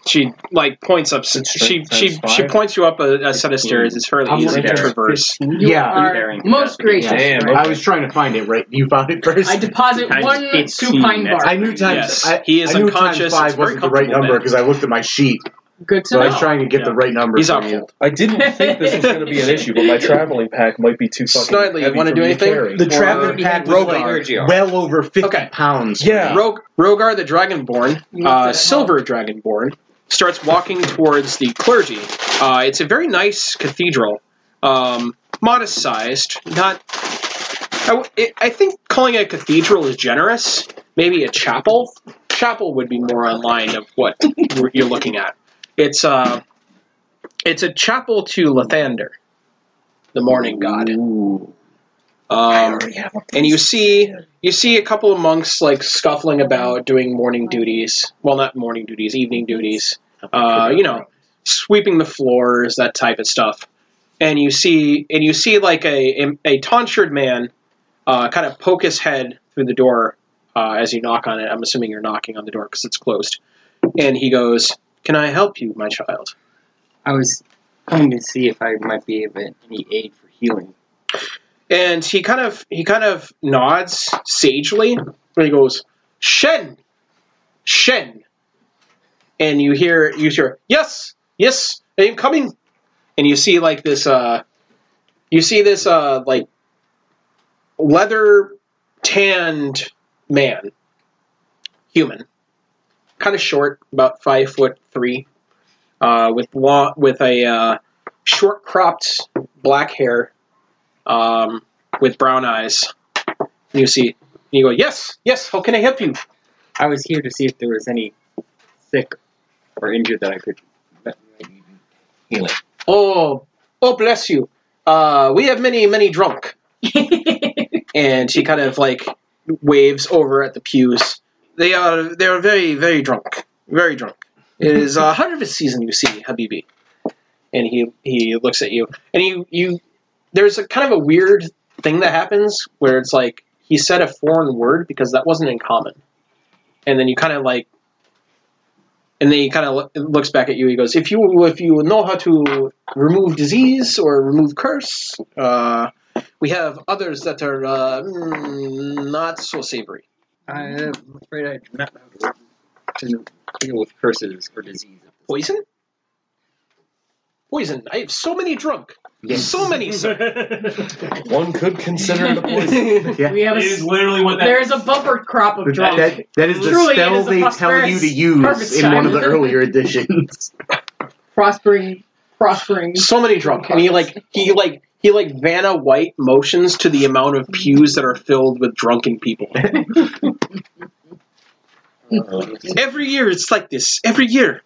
B: she like points up. She she she, points you up a, a set of stairs. It's fairly
E: I'm
B: easy to
E: looking for
B: traverse.
E: yeah.
D: are
I: Preparing for
D: most
I: that meeting.
D: gracious.
E: Yeah.
D: friend.
E: I was trying to find it right. You found it first.
D: I deposit
I: Times
D: one
I: 15,
D: supine
I: that's-
D: bar.
E: I knew times.
B: Yes,
E: I,
B: he is
E: I knew
B: unconscious.
E: Times
B: It's
E: five
B: very
E: wasn't the right
B: comfortable
E: number
B: then.
E: because I looked at my sheet,
D: Good to
E: so I
D: know.
E: was trying to get the right number.
B: He's
E: for
B: out
E: you.
B: cold.
F: I didn't think this was going to be an issue, but my traveling pack might be too fucking
B: Snidely, you
F: heavy
B: wanna
F: for
B: do
F: me to
B: anything?
F: carry.
E: The
B: Or-
E: traveling pack was
B: Rogar.
E: like well over fifty
B: Okay.
E: pounds.
F: Yeah.
B: Rog- Rogar the Dragonborn,
D: You looked at
B: uh,
D: it.
B: Silver Dragonborn, starts walking towards the clergy. Uh, it's a very nice cathedral, um, modest sized. Not, I, w- it- I think calling it a cathedral is generous. Maybe a chapel. Chapel would be more in line of what you're- you're looking at. It's uh, it's a chapel to Lathander, the morning god. Um, and you see you see a couple of monks like scuffling about doing morning duties well not morning duties evening duties uh, you know sweeping the floors that type of stuff and you see and you see like a a, a tonsured man uh, kind of poke his head through the door uh, as you knock on it i'm assuming you're knocking on the door because it's closed and he goes can i help you my child
I: I was coming to see if I might be of any aid for healing.
B: and he kind of he kind of nods sagely and he goes shen shen and you hear you hear yes yes i am coming and you see like this uh you see this uh like leather tanned man human kind of short about five foot three uh with long with a uh short cropped black hair um, with brown eyes. And you see, and you go, yes, yes. How can I help you?
I: I was here to see if there was any sick or injured that I could that might need healing.
B: Oh, oh, bless you. Uh, we have many, many drunk. and she kind of like waves over at the pews. They are, they are very, very drunk, very drunk. It is uh, a harvest season, you see, Habibi. And he he looks at you, and you you there's a kind of a weird thing that happens where it's like he said a foreign word because that wasn't in common, and then you kind of like. And then he kind of looks back at you. He goes, "If you if you know how to remove disease or remove curse, uh, we have others that are uh, mm, not so savory.
I: I'm afraid I do not know how to deal with curses or disease.
B: Poison, poison. I have so many drunk, so many. Sir.
F: One could consider it a poison.
D: We have a,
C: It is literally what that
D: there is a bumper crop of drunk.
E: That, that is the
D: Truly, it
E: spell
D: is a
E: they tell
D: prosperous
E: you to use
D: harvest
E: in one of the
D: time.
E: earlier editions.
D: prospering, prospering.
B: so many drunk and he like he like he like vanna white motions to the amount of pews that are filled with drunken people every year it's like this every year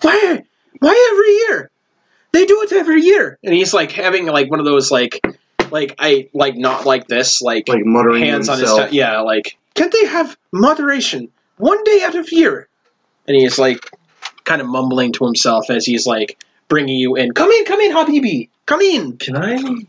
B: why why every year they do it every year and he's like having like one of those like like i like not like this like,
E: Like muttering
B: hands
E: to
B: on his
E: himself.
B: t- yeah like can't they have moderation one day out of year and he's like kind of mumbling to himself as he's like bringing you in. Come in, come in, Habibi. Come in.
F: Can I?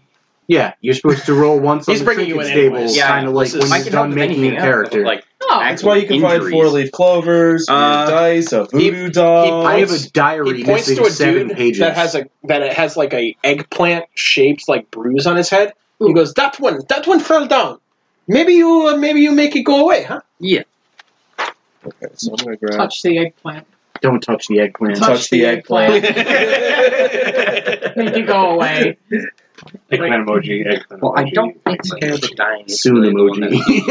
E: Yeah, you're supposed to roll once on
B: He's
E: the
B: bringing you
E: trinket
B: in
E: table,
B: anyways.
E: kind of like
B: this is- I
E: when
B: can help
E: you're done
B: with
E: making
B: anything
E: your
B: else, but,
E: character.
B: Like
D: Oh,
F: That's why you can find
B: Injuries.
F: four leaf clovers, weird
B: Uh,
F: dice, a
B: he-
F: voodoo doll.
E: I have
B: points-
E: a diary
B: he points
E: missing
B: to a
E: seven
B: dude
E: pages.
B: that has a that it has like a eggplant shaped like bruise on his head. He
D: Ooh.
B: goes, "That one, that one fell down. Maybe you, uh, maybe you make it go away, huh?"
F: Okay, so I'm gonna grab.
D: touch the eggplant.
E: Don't touch the eggplant.
D: Touch, the, eggplant. Make it go away.
C: Eggplant emoji. Eggplant
I: Well, I
C: emoji,
I: don't think
C: eggplant
I: scare
C: emoji.
I: the dying. is
E: Soon
I: really the one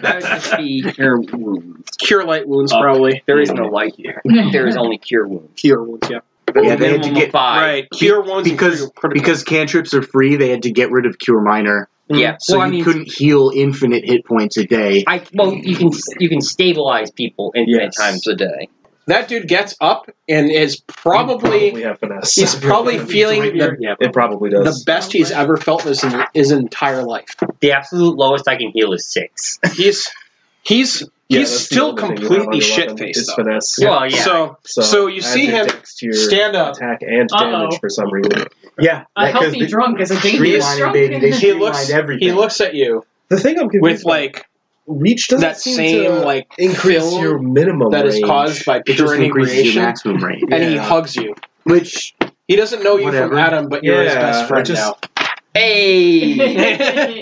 I: That would
E: emoji.
I: just be cure wounds.
B: Cure light wounds,
C: Uh,
B: probably.
I: There is no light here. There is only cure wounds.
B: Cure wounds, yeah.
E: Yeah, they had to
I: Minimum
E: get-
I: of five.
B: Right, cure wounds
E: because-
B: and critical-
E: because cantrips are free, they had to get rid of Cure Minor,
I: Yeah.
E: Mm-hmm. so
I: well,
E: you
I: I mean,
E: couldn't heal infinite hit points a day.
I: I well, you can you can stabilize people infinite
F: Yes.
I: times a day.
B: that dude gets up and is probably
F: have finesse.
B: he's probably feeling
E: right
B: the,
C: Yeah,
F: It probably
B: the
F: does.
B: best he's ever felt in his, his entire life.
I: The absolute lowest I can heal is six.
B: He's he's
F: Yeah,
B: he's
F: that's the
B: still
F: other thing you have on
B: completely
F: your
B: shit
F: weapon.
B: faced
F: It's
B: though.
F: finesse.
I: Well, yeah.
B: So
F: So,
B: So you
F: add
B: see
F: your
B: him
F: dex to your
B: stand up.
F: attack and
D: Uh-oh.
F: damage for some reason.
E: yeah,
D: A
E: that- 'cause
D: healthy
E: they
D: drunk is a dangerous
E: streamlined,
D: drunk.
E: baby. They
B: He looks
E: streamlined everything.
B: he looks at you
F: The thing I'm confused
B: with
F: about,
B: like
F: reach doesn't
B: that
F: seem
B: same
F: to
B: like
F: increase
B: fill
F: your minimum
B: that is
F: range.
B: caused by
E: it
B: pure
E: just increases your
B: inebriation,
E: maximum rate,
B: and he
F: Yeah.
B: hugs you.
E: which
B: He doesn't know you
E: Whatever.
B: from Adam, but you're his
F: Yeah,
B: best friend
F: I just-
B: now.
I: Hey,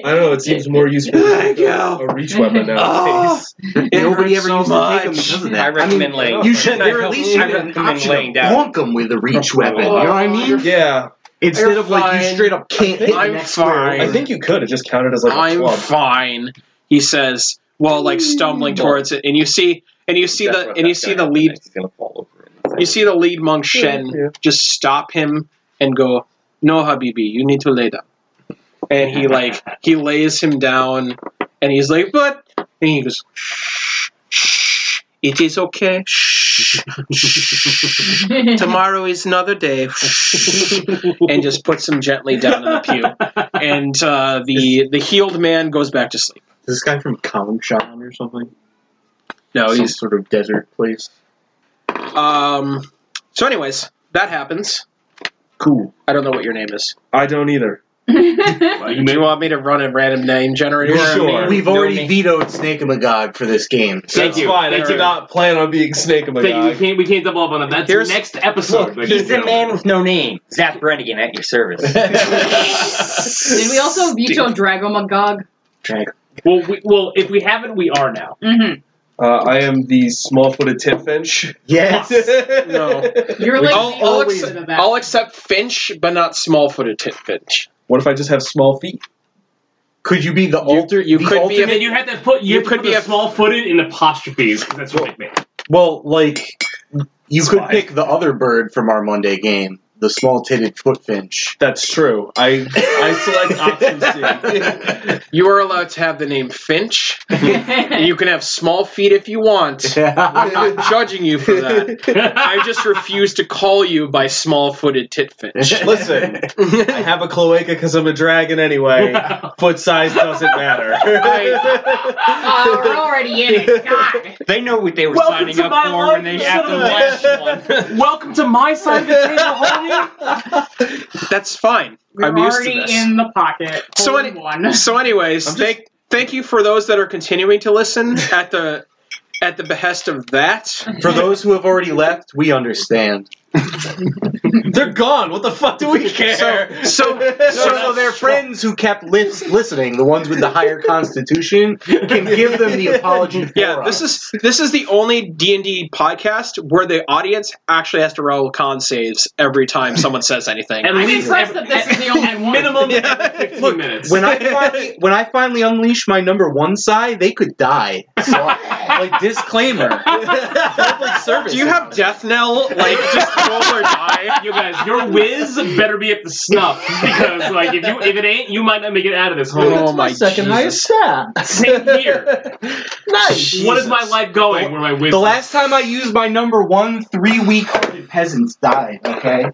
F: I don't know. It seems more useful
B: Thank
F: to
B: you.
F: a reach weapon
B: Oh.
F: now.
E: nobody
B: hurts
E: ever
B: so
E: used to take them
B: much.
E: because of that.
I: I
E: I mean, oh.
I: recommend laying.
E: You should.
I: I
E: There at least should have been an
I: recommend
E: option
I: laying
E: to
I: down.
E: bonk them with a reach weapon. You know what I mean?
F: yeah,
E: Instead
B: You're
E: of like you
B: fine.
E: straight up can't hit
B: I'm
E: the next square.
B: fine.
F: I think you could. It just counted as like a
B: I'm
F: club.
B: fine, he says, while like stumbling
F: Mm.
B: towards it. And you see, and you see
I: That's
B: the,
I: what
B: and you
I: that's
B: see
I: gonna
B: the
I: happen
B: lead,
I: next. He's gonna fall over.
B: you see the lead monk Shen
F: Yeah.
B: just stop him and go, "No, Habibi, you need to lay down." And he like he lays him down, and he's like, "But," and he goes, "Shh, shh, it is okay. Shh, shh. Tomorrow is another day." Shh." and just puts him gently down in the pew, and uh, the the healed man goes back to sleep.
E: Is this guy from Kalimshan or something?
B: No, Oh,
E: Some
B: he's
E: sort of desert place.
B: Um. So, anyways, that happens.
E: Cool.
B: I don't know what your name is.
F: I don't either.
C: Well,
B: Do you want me to run a random name generator?
F: You're sure.
B: Name?
E: We've
I: No
E: already
I: name.
E: vetoed Snake and God for this game.
B: Thank
F: That's
B: you.
F: fine.
B: Thank
F: I
B: you.
F: did not plan on being Snake
C: Thank you. We
F: Magai.
C: can't, we can't double up on that. That's
B: Here's-
C: next episode. ladies
I: He's
C: and
I: the man
C: gentlemen.
I: with no name. Zap Brennigan at your service.
D: Did we also veto Dragomagog?
C: Well, we, well, if we haven't, we are now.
D: Mm-hmm.
F: Uh, I am the small-footed titfinch.
E: Yes.
B: No.
D: You're like
B: I'll,
D: the
B: I'll,
D: opposite
B: accept,
D: of that.
B: I'll accept Finch, but not small-footed tit Finch.
F: What if I just have small feet?
E: Could you be the
B: You-
E: alter?
B: you
E: the
B: could
E: alter-
B: be
C: And then you have to put you,
B: You
C: have to
B: could
C: put
B: be
C: the
B: a-
C: small-footed in apostrophes because that's what it means.
E: well, like you
F: It's
E: could
F: fine.
E: pick the other bird from our Monday game, the small-titted footfinch.
F: That's true. I I select option C.
B: You are allowed to have the name Finch. you can have small feet if you want. I'm not judging you for that. I just refuse to call you by small-footed tit Finch.
F: Listen, I have a cloaca because I'm a dragon anyway. Foot size doesn't matter.
D: Oh, we're already in it. God.
I: They know what they were
C: Welcome
I: signing
C: to
I: up
C: my
I: for
C: life,
I: when they
C: you
I: after the
C: son of a
I: last one.
C: Welcome to my side of the table, homie.
B: That's fine.
D: We're
B: I'm used to
D: already
B: this.
D: in the pocket.
B: So
D: Hole in
B: any-
D: one.
B: So, anyways,
F: I'm just-
B: thank thank you for those that are continuing to listen at the at the behest of that.
E: For those who have already left, we understand.
F: They're gone. What the fuck do we care?
B: So,
E: So,
B: so
E: so their friends who kept lis- listening, the ones with the higher constitution, can give them the apology. For
B: yeah, this is this is the only D and D podcast where the audience actually has to roll con saves every time someone says anything.
C: At
D: I'm
C: least
D: impressed
C: every,
D: that this is the only one.
C: minimum
B: Yeah.
C: fifteen
B: Look,
C: minutes.
E: when I finally when I finally unleash my number one side, they could die. So, like disclaimer, public service.
B: Do you have death knell? Like just roll or die.
C: you guys, your whiz better be at the snuff because, like, if you if it ain't, you might not make it out of this, homie.
B: Oh my
E: second
B: Jesus.
E: highest
C: Same here.
E: stat? nice.
C: What is my life going? Where my whiz?
E: The last time I used my number one, three weak-hearted peasants died. Okay.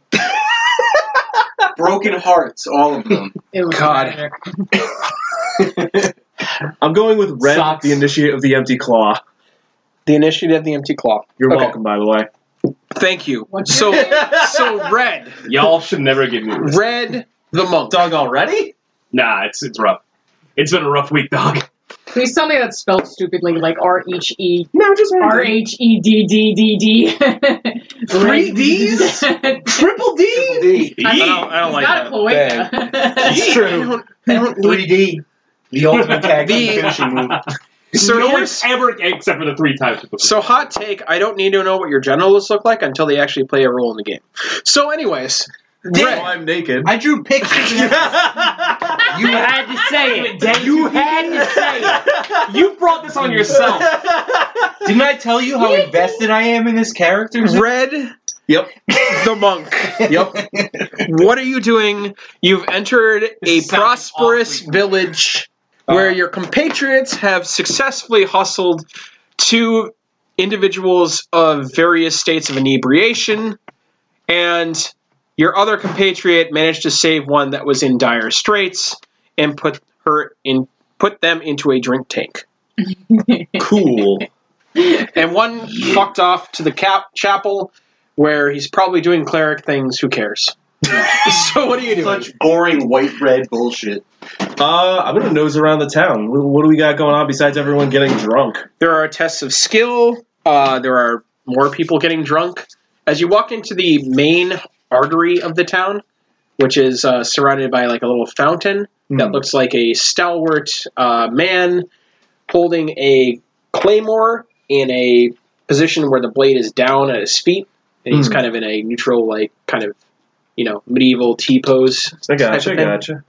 E: Broken hearts, all of them.
D: It was
B: God.
D: better.
F: I'm going with Red,
E: Socks.
F: the initiate of the Empty Claw.
B: The initiative, the empty claw.
F: You're
B: Okay.
F: welcome, by the way.
B: Thank you.
D: What's
B: So,
D: your name?
B: so red,
C: Y'all should never give me. This.
B: red the monk.
H: Dog already?
C: Nah, it's it's rough. It's been a rough week, dog.
D: Please tell me that's spelled stupidly, like R H E
C: No, just
B: Mm-hmm.
D: R H E D D D D.
H: Three Ds? Triple D?
B: I don't, I don't like
D: Not
B: that.
D: a cloaca.
H: It's true. 3D. The ultimate tag
B: The-
H: team finishing move.
B: So
C: no one's
B: here's,
C: ever except for the three times.
B: So hot take, I don't need to know what your genitals look like until they actually play a role in the game. So anyways,
H: Now
B: red,
H: I'm naked.
E: I drew pictures. and
I: You had to say it. You had to say it.
C: you brought this on yourself.
E: Didn't I tell you how invested I am in this character?
B: red
H: Yep.
B: the monk.
H: Yep.
B: What are you doing? You've entered a
C: This sounds
B: prosperous
C: awfully- Uh,
B: village where your compatriots have successfully hustled two individuals of various states of inebriation, and your other compatriot managed to save one that was in dire straits and put her in put them into a drink tank.
H: Cool.
B: And one fucked off to the cap- chapel where he's probably doing cleric things. Who cares? so what are you doing?
H: Such boring white bread bullshit.
F: Uh, I'm gonna nose around the town. What, what do we got going on besides everyone getting drunk?
B: There are tests of skill. Uh, there are more people getting drunk. As you walk into the main artery of the town, which is uh, surrounded by like a little fountain that
F: Hmm.
B: looks like a stalwart uh, man holding a claymore in a position where the blade is down at his feet, and he's
F: Hmm.
B: kind of in a neutral, like kind of you know medieval T pose.
F: I
B: Type
F: gotcha,
B: of
F: I
B: thing.
F: gotcha.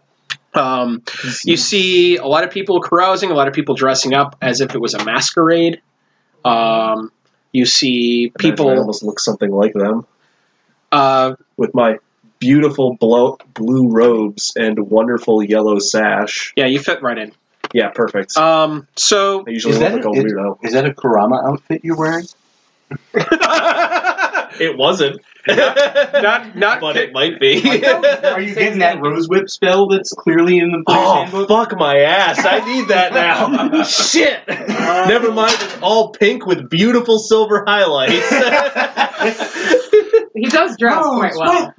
B: Um,
F: Hmm.
B: you see a lot of people carousing, a lot of people dressing up as if it was a masquerade. Um, you see
F: Imagine I
B: people.
F: almost look something like them
B: Uh,
F: with my beautiful blow, blue robes and wonderful yellow sash.
B: yeah, you fit right in.
F: Yeah, perfect.
B: Um, so
F: I usually
E: Is
F: look
E: that
F: like a
E: it?
F: weirdo.
E: Is that a Kurama outfit you're wearing?
F: It wasn't,
B: not not
F: but it might be.
E: Are you getting that rose whip spell that's clearly in the player's
F: oh
E: handbook?
F: fuck my ass! I need that now. Shit. Never mind. It's all pink with beautiful silver highlights.
D: he does dress quite well.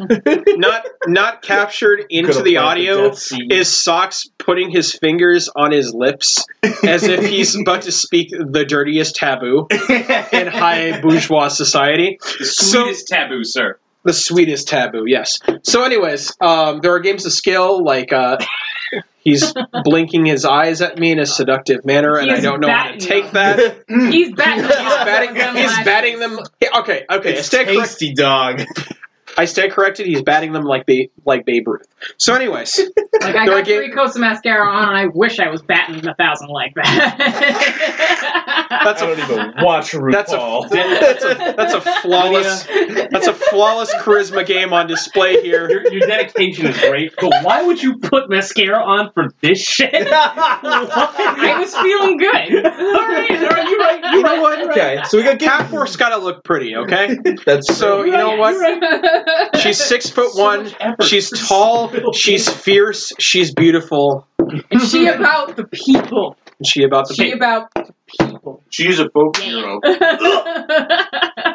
B: not not captured into
F: Could've
B: the
F: planted
B: audio
F: Dead Sea.
B: is socks putting his fingers on his lips as if he's about to speak the dirtiest taboo in high bourgeois society. So
C: taboo, sir.
B: The sweetest taboo, yes. So, anyways, um, there are games of skill. Like uh, he's blinking his eyes at me in a seductive manner, and
D: He
B: I
D: is
B: don't know how to
D: batting
B: take
D: them.
B: that. he's
D: He's batting.
F: He's
B: batting, he's batting them. Okay, okay. I stand, correct,
F: Tasty dog.
B: I stand corrected. He's batting them like they like Babe Ruth. So, anyways,
D: Like I
B: They're
D: got
B: getting-
D: three coats of mascara on, and I wish I was batting them a thousand like that.
B: that's a
F: watch
B: that's a, that's a that's a flawless that's a flawless charisma game on display here.
C: Your, your dedication is great, but why would you put mascara on for this shit?
D: I was feeling good. all right, all right, you right.
B: You know what?
F: okay, so we got
B: Catforce got to look pretty, okay?
F: That's
B: So you know what?
D: what?
B: She's six foot
C: So
B: one.
C: much effort
B: She's
C: for
B: tall.
C: so
B: She's fierce. She's beautiful.
D: Is she about the people?
B: And she about the
D: She
B: pig.
D: about the people.
H: She's a folk hero.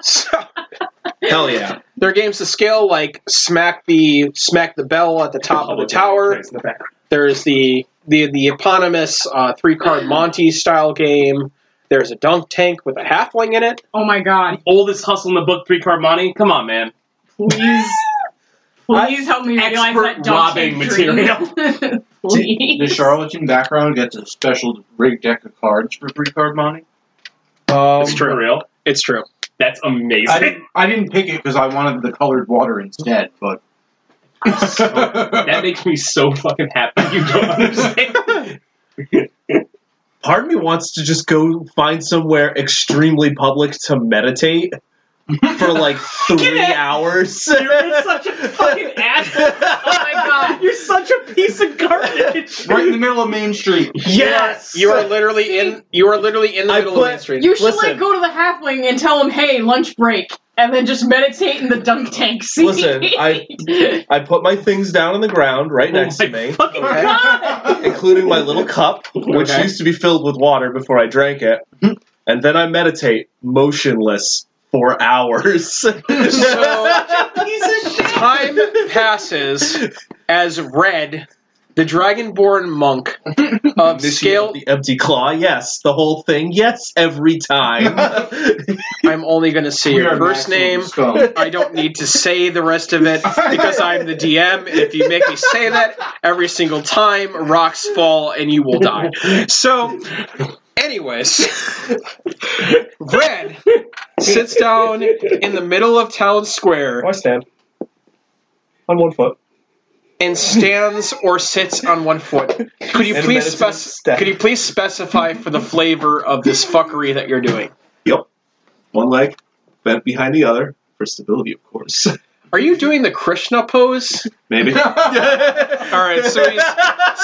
B: So,
F: hell yeah.
B: there are games to scale, like smack the smack the bell at the top of the tower. There's the the the eponymous uh, three card Monty style game. There's a dunk tank with a halfling in it.
D: oh my god!
C: Oldest hustle in the book, three card money. Come on, man.
D: Please, please help me realize
C: Expert
D: that donkey
C: robbing
D: dream.
E: The
D: please.
E: charlatan background gets a special rigged deck of cards for three card money.
F: Um,
B: It's true.
C: For real.
B: It's true.
C: That's
E: I
C: amazing.
E: didn't, I didn't pick it because I wanted the colored water instead, but.
C: That makes me so fucking happy. You don't understand.
F: part of me wants to just go find somewhere extremely public to meditate for like three
C: out.
F: hours.
C: You're such a fucking asshole.
D: Oh my god!
C: You're such a piece of garbage.
E: right in the middle of Main Street.
F: yes,
B: You are literally in. You are literally in the
F: I
B: middle
F: put-
B: of Main Street.
D: You should like
F: Listen.
D: go to the halfling and tell him, "Hey, lunch break," and then just meditate in the dunk tank. See?
F: Listen, I- I put my things down on the ground right next to me,
H: Oh
C: Fucking
B: Okay.
F: including my little cup, which
B: Okay.
F: used to be filled with water before I drank it. And then I meditate, motionless,
H: for hours.
B: Time passes as Red, the dragonborn monk of
H: Initiate
B: scale.
H: the empty claw. Yes, the whole thing. Yes, every time.
B: I'm only going to say your first name. I don't need to say the rest of it because I'm the DM. And if you make me say that every single time, rocks fall and you will die. So, anyways, Red sits down in the middle of town square
F: I stand on one foot.
B: and stands or sits on one foot. Could you
F: And
B: please
F: meditative
B: spec-
F: step.
B: could you please specify for the flavor of this fuckery that you're doing?
H: yep, one leg bent behind the other for stability, of course.
B: Are you doing the Krishna pose?
H: Maybe.
B: All right, so he's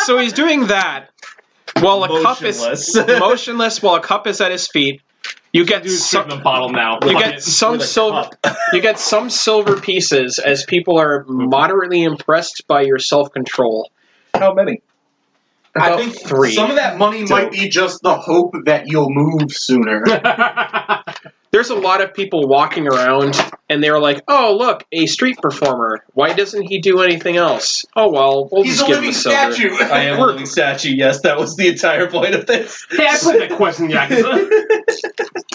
B: so he's doing that while a cup is
H: Motionless.
B: motionless while a cup is at his feet. You get
C: Dude's
B: some,
C: taking the bottle now.
B: you
C: Fuck
B: get
C: it.
B: some
C: With a
B: silver
C: cup.
B: you get some silver pieces as people are moderately impressed by your self control.
F: How many?
B: About three.
E: some of that money might be just the hope that you'll move sooner.
B: There's a lot of people walking around and they're like, "Oh, look, a street performer. Why doesn't he do anything else?" Oh well, we'll
E: He's
B: just
E: a
B: give him
E: living
B: silver.
E: statue.
H: I am a living statue. Yes, that was the entire point of this.
C: Hey, I put that question, uh, Yakuza.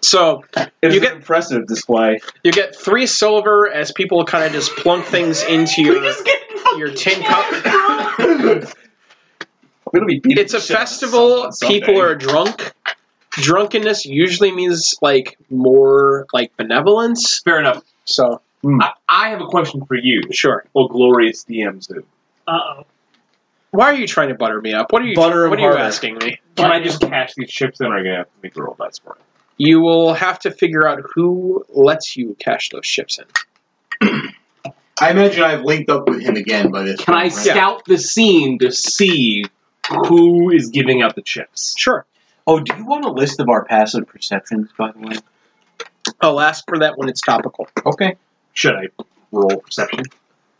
B: So
H: It's
B: You get-
H: an impressive display.
B: you get three silver as people kind of just plunk things into your your tin cup.
H: We're gonna be beating
B: It's a
H: the shit out of
B: festival.
H: someone someday.
B: People are drunk. Drunkenness usually means like more like benevolence.
C: Fair enough.
B: So
C: I, I have a question for you.
B: sure.
C: Oh, glorious DM Zoo.
D: Uh oh.
B: Why are you trying to butter me up? What are you
F: Butter 'em
B: What are you
F: harder.
B: asking me?
C: Can I just cash these chips in, or are you gonna have to make the roll dice for it?
B: You will have to figure out who lets you cash those ships in.
E: I imagine I've linked up with him again by this
C: Can I
E: point, right?
C: scout the scene to see who is giving out the chips?
B: Sure.
E: Oh, do you want a list of our passive perceptions, by the way?
B: I'll ask for that when it's topical.
E: Okay.
C: Should I roll perception?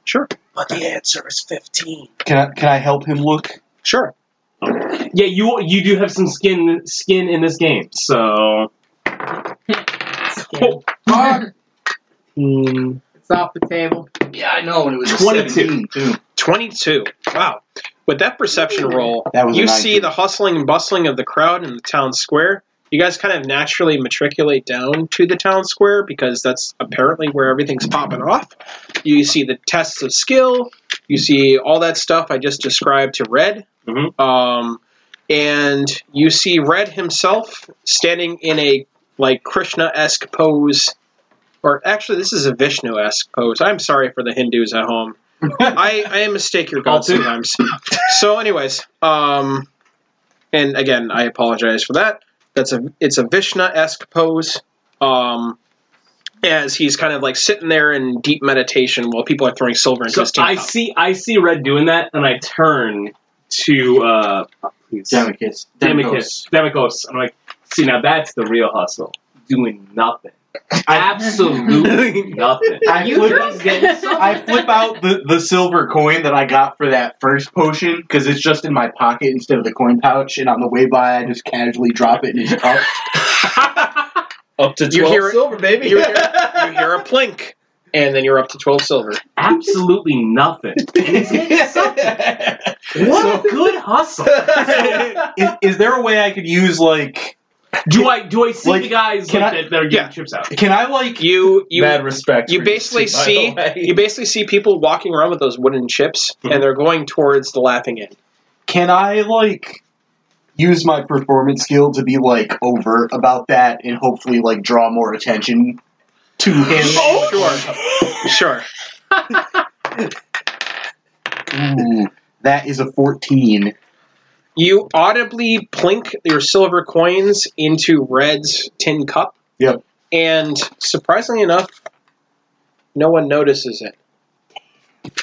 B: Sure.
C: But the answer is fifteen.
E: Can I, can I help him look?
B: Sure.
C: Yeah, you you do have some skin skin in this game, so Oh,
D: Mark,
C: hmm.
D: it's off the table.
E: Yeah, I know, and it was
C: 22.
E: 22. too.
B: Twenty-two. Wow. With that perception roll,
E: That was a
B: you
E: nice
B: see
E: one.
B: the hustling and bustling of the crowd in the town square. You guys kind of naturally matriculate down to the town square because that's apparently where everything's popping off. You see the tests of skill. You see all that stuff I just described to Red.
E: Mm-hmm.
C: Mhm.
B: Um, and you see Red himself standing in a like Krishna esque pose. Or actually, this is a Vishnu esque pose. I'm sorry for the Hindus at home. I, I mistake your gods
C: I'll do-
B: sometimes. So, anyways, um, and again, I apologize for that. That's a it's a Vishnu esque pose. Um, as he's kind of like sitting there in deep meditation while people are throwing silver into
C: So
B: his
C: I
B: teacup.
C: see I see Red doing that, and I turn to uh, please,
E: Demicus.
C: Demicus, Demicus. I'm like, see now that's the real hustle, doing nothing, absolutely nothing.
E: I
D: You
E: flip,
D: drunk?
E: I flip out the, the silver coin that I got for that first potion because it's just in my pocket instead of the coin pouch, and on the way by, I just casually drop it in his cup.
F: Up to
B: You
F: twelve
B: hear it-
F: silver, baby.
B: you, hear, you hear a plink, and then you're up to twelve silver.
C: Absolutely nothing. What a good hustle.
E: is, is there a way I could use like?
C: Do I do I see
E: Like,
C: the guys
E: can
C: like,
E: I-
C: that, that are getting
B: Yeah.
C: chips out?
E: Can I like?
B: You you
F: Mad respect.
B: you
F: for these
B: basically
F: two, by
B: see
F: the way.
B: you basically see people walking around with those wooden chips,
C: Mhm.
B: and they're going towards the laughing end.
E: Can I like? Use my performance skill to be like overt about that, and hopefully like draw more attention to him.
D: Oh!
B: Sure, sure.
E: Ooh, that is a fourteen.
B: You audibly plink your silver coins into Red's tin cup.
E: Yep.
B: And surprisingly enough, no one notices it.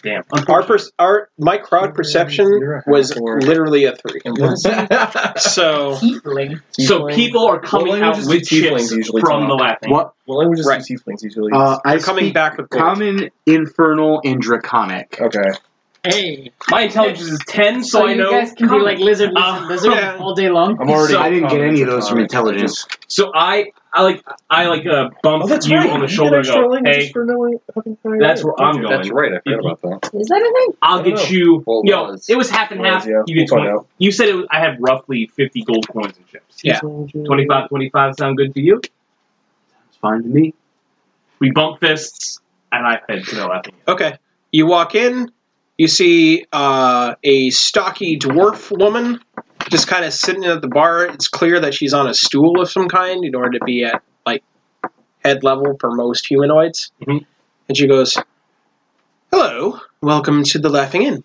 C: Damn.
B: Our, per- our my crowd perception was literally a three. So
D: Heatling.
C: So
F: Tiefling.
C: people are coming
F: What
C: out
F: languages
C: with
F: do tieflings
C: chips
F: usually
C: from
F: talk?
C: the laughing.
E: What
F: What languages
B: Right.
F: do tieflings usually?
E: Uh, I
B: you're coming
E: speak
B: back with gold.
E: common, infernal, and draconic.
F: okay.
D: Hey.
C: My intelligence is ten, so,
D: So,
C: I
D: you
C: know.
D: guys can be like lizard, lizard,
C: Uh,
D: lizard
B: yeah.
D: all day long.
F: I'm already.
E: I didn't get
F: common
E: any of those from
F: draconic.
E: intelligence.
C: So I I like I like uh, bump
F: Oh, that's
C: you
F: right.
C: on
F: You
C: the
F: get
C: shoulder and
F: extra
C: go,
F: language
C: hey,
F: for knowing fucking prior
C: that's
F: art,
C: where
F: don't
C: I'm
F: you?
C: going.
J: That's right. I forgot about that.
D: Is that a thing?
C: I'll get
F: Oh.
C: you.
J: Well, it
C: yo,
J: was.
C: it was half and
F: It was,
C: half.
F: yeah.
C: You get
F: We'll find
C: 20.
F: out.
C: You said it was, I had roughly 50 gold coins and chips. Yeah.
F: Language.
C: 25 25 sound good to you?
H: It's fine to me.
C: We bump fists, and I fed to no laughing.
B: Okay. You walk in, you see uh, a stocky dwarf woman just kind of sitting at the bar. It's clear that she's on a stool of some kind in order to be at like head level for most humanoids.
C: Mhm.
B: And she goes, "Hello, welcome to the Laughing Inn.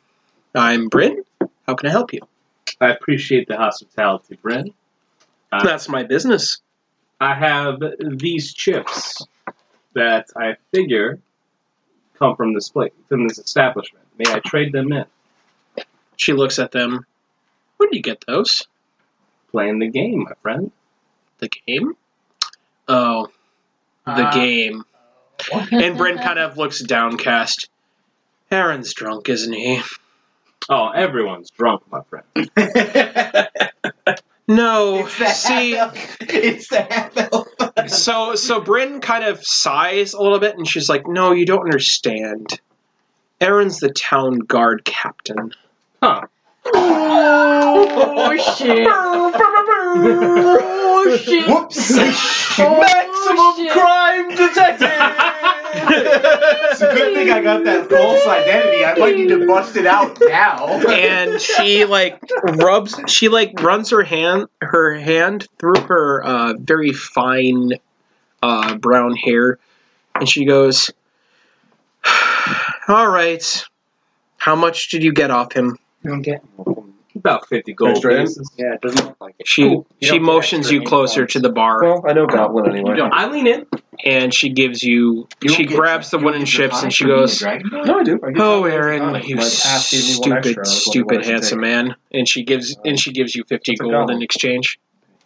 B: I'm Bryn. How can I help you?
C: I appreciate the hospitality, Bryn. Uh,
B: That's my business.
C: I have these chips that I figure come from this place, from this establishment. May I trade them in?
B: She looks at them. Where do you get those?
C: Playing the game, my friend.
B: The game? Oh, the
D: Ah.
B: game. and Bryn kind of looks downcast. Aaron's drunk, isn't he?
C: Oh, everyone's drunk, my friend.
B: No.
H: It's the half
B: See,
H: elf. It's the half elf.
B: so so Bryn kind of sighs a little bit, and she's like, "No, you don't understand. Aaron's the town guard captain."
D: Oh shit! oh shit!
H: Whoops!
D: Oh,
H: Maximum
D: shit.
H: crime detected. it's a good thing I got that false identity. I might need to bust it out now.
B: And she like rubs, she like runs her hand her hand through her uh, very fine uh, brown hair, and she goes, "All right, how much did you get off him?"
C: About 50 gold
F: Extra in?
C: pieces.
J: Yeah, it doesn't look like it.
B: She
J: Cool. You
B: she
J: don't get
B: motions
J: extra
B: you
J: any
B: closer
J: points.
B: to the bar.
F: Well, I know Goblin anyway.
J: You don't.
C: I lean in.
B: and she gives you,
E: You
B: she
E: don't get-
B: grabs the
E: you don't
B: wooden
E: get your
B: chips
E: pie
B: and she
E: for being a
B: goes
E: dragon?
F: No, I do. I get
B: oh
F: that.
B: aaron
F: Like,
B: you
F: ask me
B: stupid
F: one extra. I was wondering what I
B: stupid
F: should
B: handsome
F: take.
B: man and she gives and she gives you 50
F: That's a
B: gold in
F: goblin.
B: exchange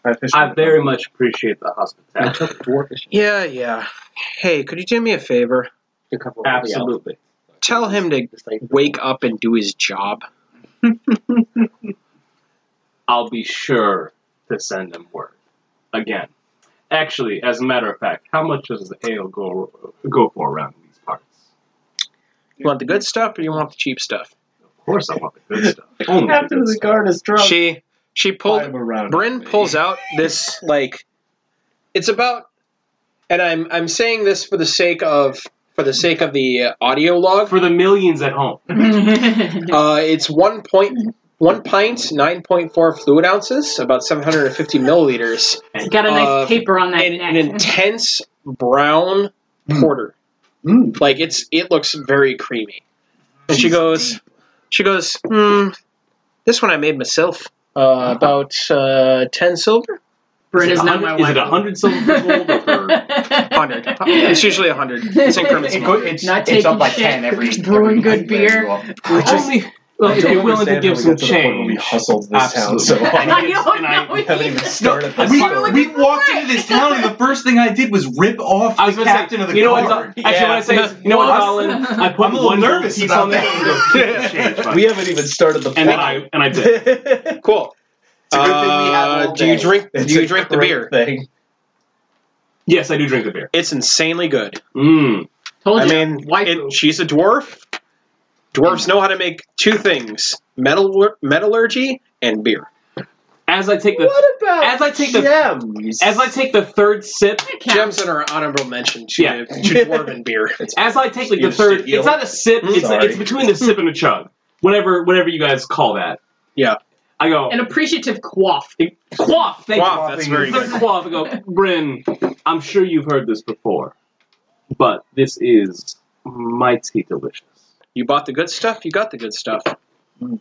F: I, have history
C: I
F: with
C: very
F: goblins.
C: much appreciate the hospitality.
B: yeah yeah hey could you do me a favor
J: A couple of
C: Absolutely.
J: reality.
B: tell him to
J: Just like-
B: wake up and do his job
C: I'll be sure to send them word. Again. Actually, as a matter of fact, how much does the ale go go for around these parts?
B: you want the good stuff or you want the cheap stuff
C: Of course I want the good stuff. Only the
D: Captain
C: good
D: of the
C: stuff.
D: guard is drunk.
B: she she pulled
F: I'm around.
B: Bryn pulls out this like it's about and I'm I'm saying this for the sake of for the sake of the uh, audio log
C: For the millions at home.
B: Uh, it's one point one pint, nine point four fluid ounces, about seven hundred and fifty milliliters,
D: It's got a nice
B: Uh,
D: paper on that
B: and an
D: neck.
B: intense brown porter.
H: Mm.
B: Like it's it looks very creamy. And she
H: Jeez.
B: goes, she goes, hmm, this one I made myself. Uh, about uh, ten silver,
D: Bryn
C: Is
D: is
C: it
D: not my
C: 100 is it
D: wife.
C: 100 silver gold or
B: hundred. It's usually hundred. It's increments.
H: It
B: of
H: go,
B: 100.
H: it's,
D: Not
H: it's up
D: taking
H: by
D: shit.
H: 10 every
D: Brewing
H: every
D: good
H: place
D: beer.
H: you go.
C: only well,
F: I
C: if
F: don't
C: you're willing to
F: understand
C: give
F: how we
C: some
F: got to
C: change.
F: the point where we hustled this
C: Absolutely.
F: town, so
D: I don't
C: And I
D: know
F: I haven't
D: either.
F: even started this
H: We,
F: story.
H: we walked into this town, and the first thing I did was rip off
C: I was
H: the
C: gonna
H: captain
C: say,
H: of the
C: you know
H: guard.
C: what? Actually, what I say is, you know what, Colin? I put
H: I'm a little
C: one gold
H: nervous
C: piece
H: about
C: on there and go,
B: that.
C: change, bud."
F: We haven't even started the
C: and then
F: plot.
C: I and I did.
F: it's
B: Cool.
H: It's a good thing we have
B: Uh,
H: all
B: do you
H: day.
B: drink? Do
F: a
B: you drink the
F: great
B: beer?
F: Thing.
C: Yes, I do drink the beer.
B: It's insanely good.
C: Mmm.
D: Told
B: I
D: you.
B: mean,
D: waifu.
B: it- Mm. she's a dwarf. Dwarves know how to make two things: metal metallurgy and beer.
C: As I take the
F: about
C: as I take the-
F: gems?
C: as I take the third sip,
B: Gems are an honorable mention to,
C: Yeah.
B: to dwarven beer.
C: as I take like the
F: You're
C: third,
F: sticky.
C: it's not a sip.
B: Mm.
C: It's
F: Sorry.
C: it's between the sip and a chug. Whatever whatever you guys call that.
B: Yeah.
C: I go
D: An appreciative quaff.
C: quaff. Thank
B: Quaff,
C: you.
B: that's very
C: Third
B: good.
C: quaff. I go, Bryn. I'm sure you've heard this before, but this is mighty delicious.
B: You bought the good stuff. You got the good stuff.
D: I-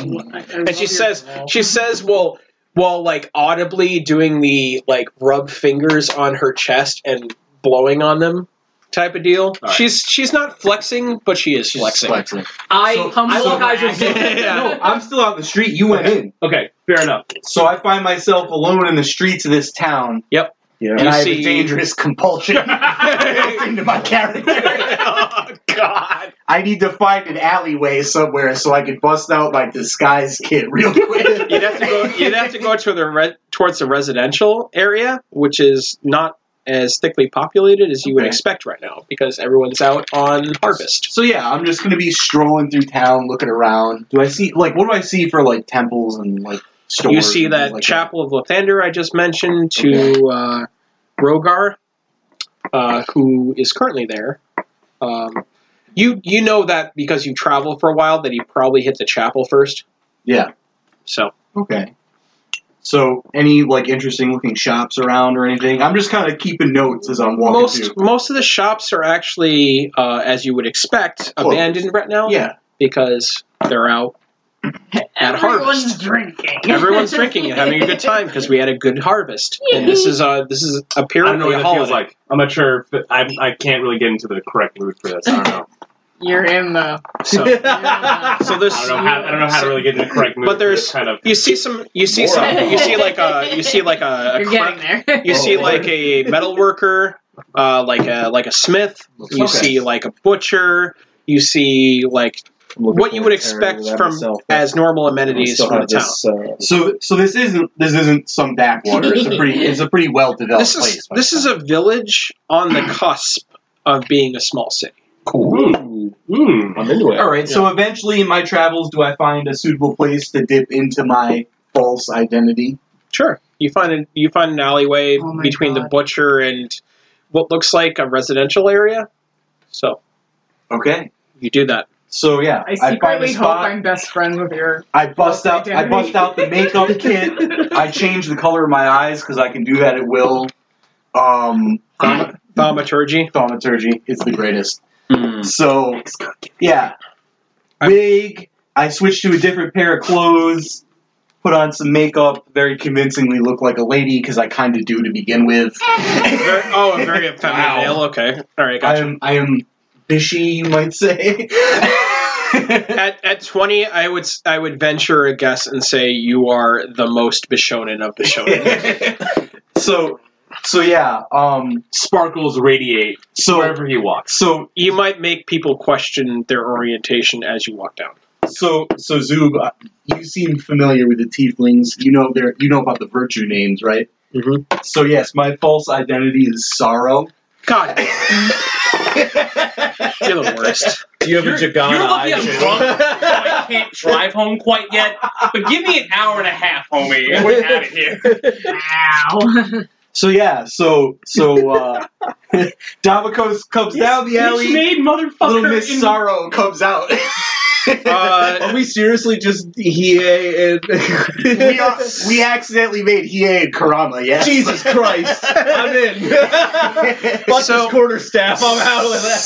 D: I
B: And
D: love
B: she
D: your
B: says,
D: wall.
B: she says, well, while like audibly doing the like rub fingers on her chest and blowing on them type of deal.
C: right.
B: She's she's not flexing, but she is flexing.
C: I
H: So-
C: I
D: so-
C: look eyes are
B: Yeah.
H: No, I'm still on the street. You went in.
C: Okay, fair enough.
H: So I find myself alone in the streets of this town,
F: yeah.
H: and
B: You
H: I have
B: see-
H: a dangerous compulsion built into my character.
B: oh God!
H: I need to find an alleyway somewhere so I can bust out my disguise kit real quick.
B: You'd have to go. You'd have to go to the re- towards the residential area, which is not as thickly populated as you would
E: Okay.
B: expect right now because everyone's out on harvest.
E: So yeah, I'm just gonna be strolling through town, looking around. Do I see like what do I see for like temples and like stores?
B: you see
E: and things
B: that
E: like
B: Chapel of Lathander I just mentioned to uh, Rogar, uh, who is currently there. Um, you you know that because you travel for a while that he probably hit the chapel first.
E: Yeah.
B: So
E: Okay. So any like interesting looking shops around or anything? I'm just kind of keeping notes as I'm walking
B: most
E: through.
B: most of the shops are actually, uh, as you would expect,
E: Closed.
B: abandoned right now.
E: Yeah.
B: because they're out at harvest.
D: Everyone's drinking.
B: Everyone's drinking and having a good time because we had a good harvest. And this is uh this is
C: I don't know
B: apparently
C: what
B: a
C: that feels
B: holiday.
C: like. I'm not sure. If I, I can't really get into the correct mood for this. I don't know.
D: You're in the.
B: So, so there's
C: I don't know how, I don't know how to really get in the correct mood.
B: But
C: for
B: there's-
C: this kind of
B: you see some you see
E: Moron.
B: some you see like a you see like a, a
D: You're
B: cra-
D: getting there.
F: Oh,
B: you see like a metal worker, uh, like a like a smith. You
E: Okay.
B: see like a butcher. You see like
F: I'm looking
B: what you
F: for
B: would
F: a terror
B: expect
F: without
B: from
F: myself, but
B: as normal
F: I
B: amenities
F: still
B: from the
F: have
B: town.
F: this, uh,
E: So so this isn't this isn't some backwater. It's a pretty it's a pretty well developed
B: This
E: place.
B: is this is a village on the cusp of being a small city.
E: cool.
C: Mm, mm.
F: I'm into it.
E: All right. So eventually in my travels, do I find a suitable place to dip into my false identity?
B: Sure. You find an, you find an alleyway
D: Oh my
B: between the
D: God.
B: butcher and what looks like a residential area. So
E: Okay.
B: you do that.
E: So yeah,
D: I
E: find a
D: secretly hope
E: spot.
D: I'm best friends with your.
E: I bust
D: False
E: out. I bust
D: identity.
E: out the makeup kit. I change the color of my eyes because I can do that at will. Um,
B: Thaum- thaumaturgy.
E: thaumaturgy is the greatest.
I: Mm.
E: So yeah,
B: I'm-
E: wig. I switch to a different pair of clothes. Put on some makeup. Very convincingly look like a lady because I kind of do to begin with.
B: Very, oh, a very feminine
E: Wow.
B: male. Okay. All right.
E: I
B: Gotcha.
E: am. I am bishy, you might say.
B: At, at 20, I would s- I would venture a guess and say you are the most Bishonen of Bishonen.
E: so, so yeah. Um.
C: Sparkles radiate
E: So.
C: wherever he walks.
E: So
B: you might make people question their orientation as you walk down.
E: So, so Zub, uh, you seem familiar with the tieflings. You know their, you know about the virtue names, right?
B: Mhm.
E: So yes, my false identity is sorrow.
B: God, you're the worst.
K: You have a
L: You're-
K: Jagana
L: you're
K: eye.
L: looking at
K: Jim.
L: drunk. I can't drive home quite yet, but give me an hour and a half, homie, and we're out of here.
D: Wow.
E: so yeah, so so uh, Davakos comes down the
L: Bitch
E: alley.
L: made
E: Little
L: motherfucker.
E: Miss
L: in-
E: Sorrow comes out.
B: Uh,
F: we seriously just he and
E: we, are, we accidentally made Hiei and Karama. Yes.
F: Jesus Christ, I'm in. Fuck
B: So-
F: this quarter staff, I'm out of that.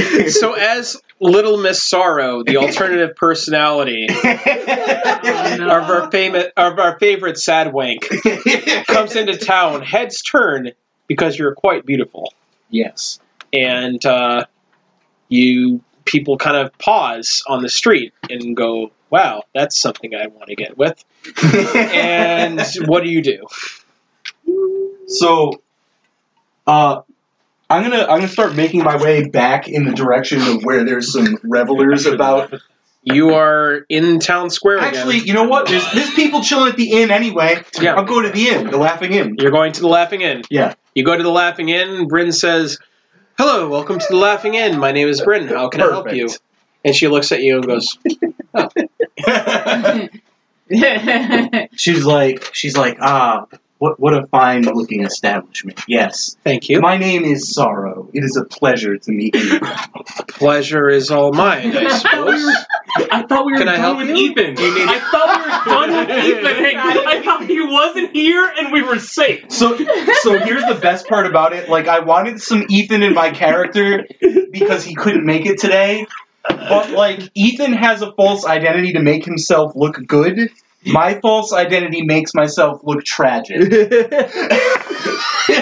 B: so so as Little Miss Sorrow, the alternative personality of our famous of our favorite sad wank, comes into town, heads turn because you're quite beautiful,
E: yes.
B: and uh, you people kind of pause on the street and go, "Wow, that's something I want to get with." And what do you do?
E: So, uh, I'm gonna I'm gonna start making my way back in the direction of where there's some revelers about.
B: You are in town square again.
E: Actually, you know what? There's there's people chilling at the inn anyway.
B: Yeah.
E: I'll go to the inn, the Laughing Inn.
B: You're going to the Laughing Inn.
E: Yeah.
B: You go to the Laughing Inn. Bryn says, "Hello, welcome to the Laughing Inn. My name is Bryn. How can I help you?"
E: Perfect.
B: And she looks at you and goes,
E: she's like she's like ah. What, what a fine looking establishment. Yes.
B: "Thank you. My
E: My name is Sorrow. It is a pleasure to meet you.
B: pleasure is all mine, I suppose."
C: I thought we were
B: Can I
C: done
B: help
C: with
B: you?
C: Ethan.
B: Do you need-
C: I thought we were done with Ethan. I thought he wasn't here and we were safe.
E: So, so here's the best part about it. Like, I wanted some Ethan in my character because he couldn't make it today. But like, Ethan has a false identity to make himself look good. My false identity makes myself look tragic.
B: Oh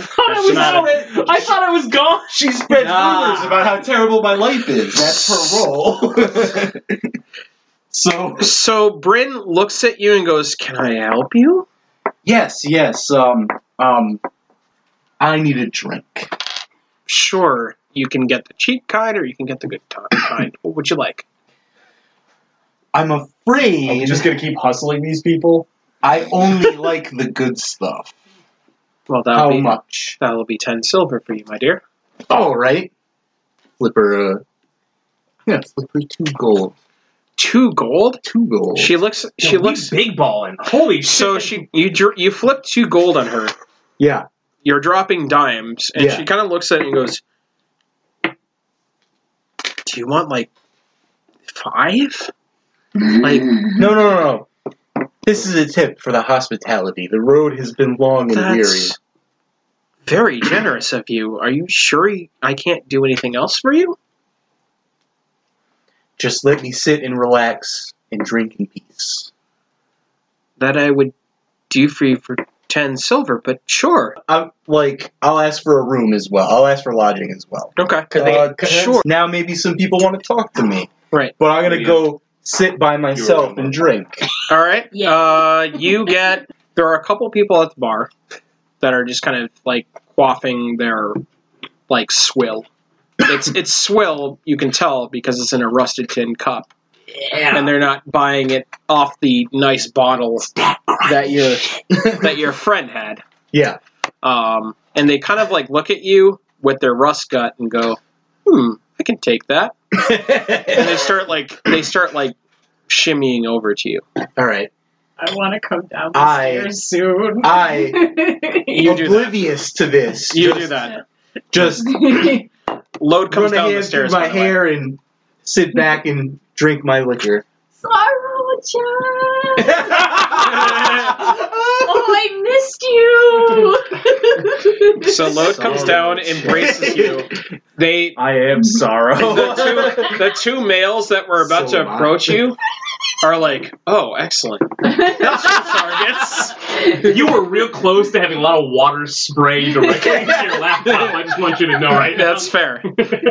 C: I thought I was out. I thought I was gone.
E: she spreads
L: Nah.
E: rumors about how terrible my life is. That's her role. so
B: So Bryn looks at you and goes, "Can I help you?"
E: yes, yes. Um, um, I need a drink.
B: Sure. You can get the cheap kind, or you can get the good ti- kind. What would you like?
E: I'm afraid.
K: Are we just gonna keep hustling these people?
H: I only like the good stuff.
B: Well, that'll
H: How
B: be
H: much?
B: that'll be ten silver for you, my dear.
H: All right.
E: Flipper, uh, yeah, Flipper two gold,
B: Two gold.
E: two gold.
B: She looks. She
C: Yo, we
B: looks.
C: big balling. Holy
B: So
C: shit!
B: she you dr- you flip two gold on her.
E: yeah,
B: You're dropping dimes, and
E: Yeah.
B: she kind of looks at it and goes, "Do you want like five? Like
E: no, no, no, no. This is a tip for the hospitality. The road has been long and weary.
B: that's very generous of you. Are you sure you- I can't do anything else for you?
E: Just let me sit and relax and drink in peace.
B: That I would do for you for ten silver, but sure,
E: I'm like, I'll ask for a room as well. I'll ask for lodging as well.
B: okay,
E: Uh, 'cause
B: sure,
E: Now maybe some people want to talk to me.
B: Right.
E: But I'm gonna
C: Yeah.
E: go sit by myself
C: remember.
E: and drink.
B: all right."
D: Yeah.
B: Uh, you get. There are a couple people at the bar that are just kind of like quaffing their like swill. It's it's swill. You can tell because it's in a rusted tin cup,
I: Yeah.
B: and they're not buying it off the nice bottle that your that your friend had.
E: Yeah.
B: Um, and they kind of like look at you with their rust gut and go, "Hmm, I can take that." And they start like they start like shimmying over to you.
E: All right.
D: I want to come down the
E: I-
D: stairs soon.
E: I
B: You do that.
E: oblivious to this.
B: You
E: just,
B: do that.
E: Just
B: Load comes
E: run a
B: down the
E: hand through
B: stairs.
E: my
B: by the way.
E: hair and sit back and drink my liquor.
D: Sorrow, child.
E: Sorry.
D: Oh, I missed you.
B: So Load comes down,
E: Sorry.
B: embraces you. They
F: I am sorrow.
B: the two the two males that were about
E: Oh. So
B: to approach you are like, "Oh, excellent." Targets.
C: you were real close to having a lot of water spray directly into your laptop. I just want you to know right now.
B: That's fair.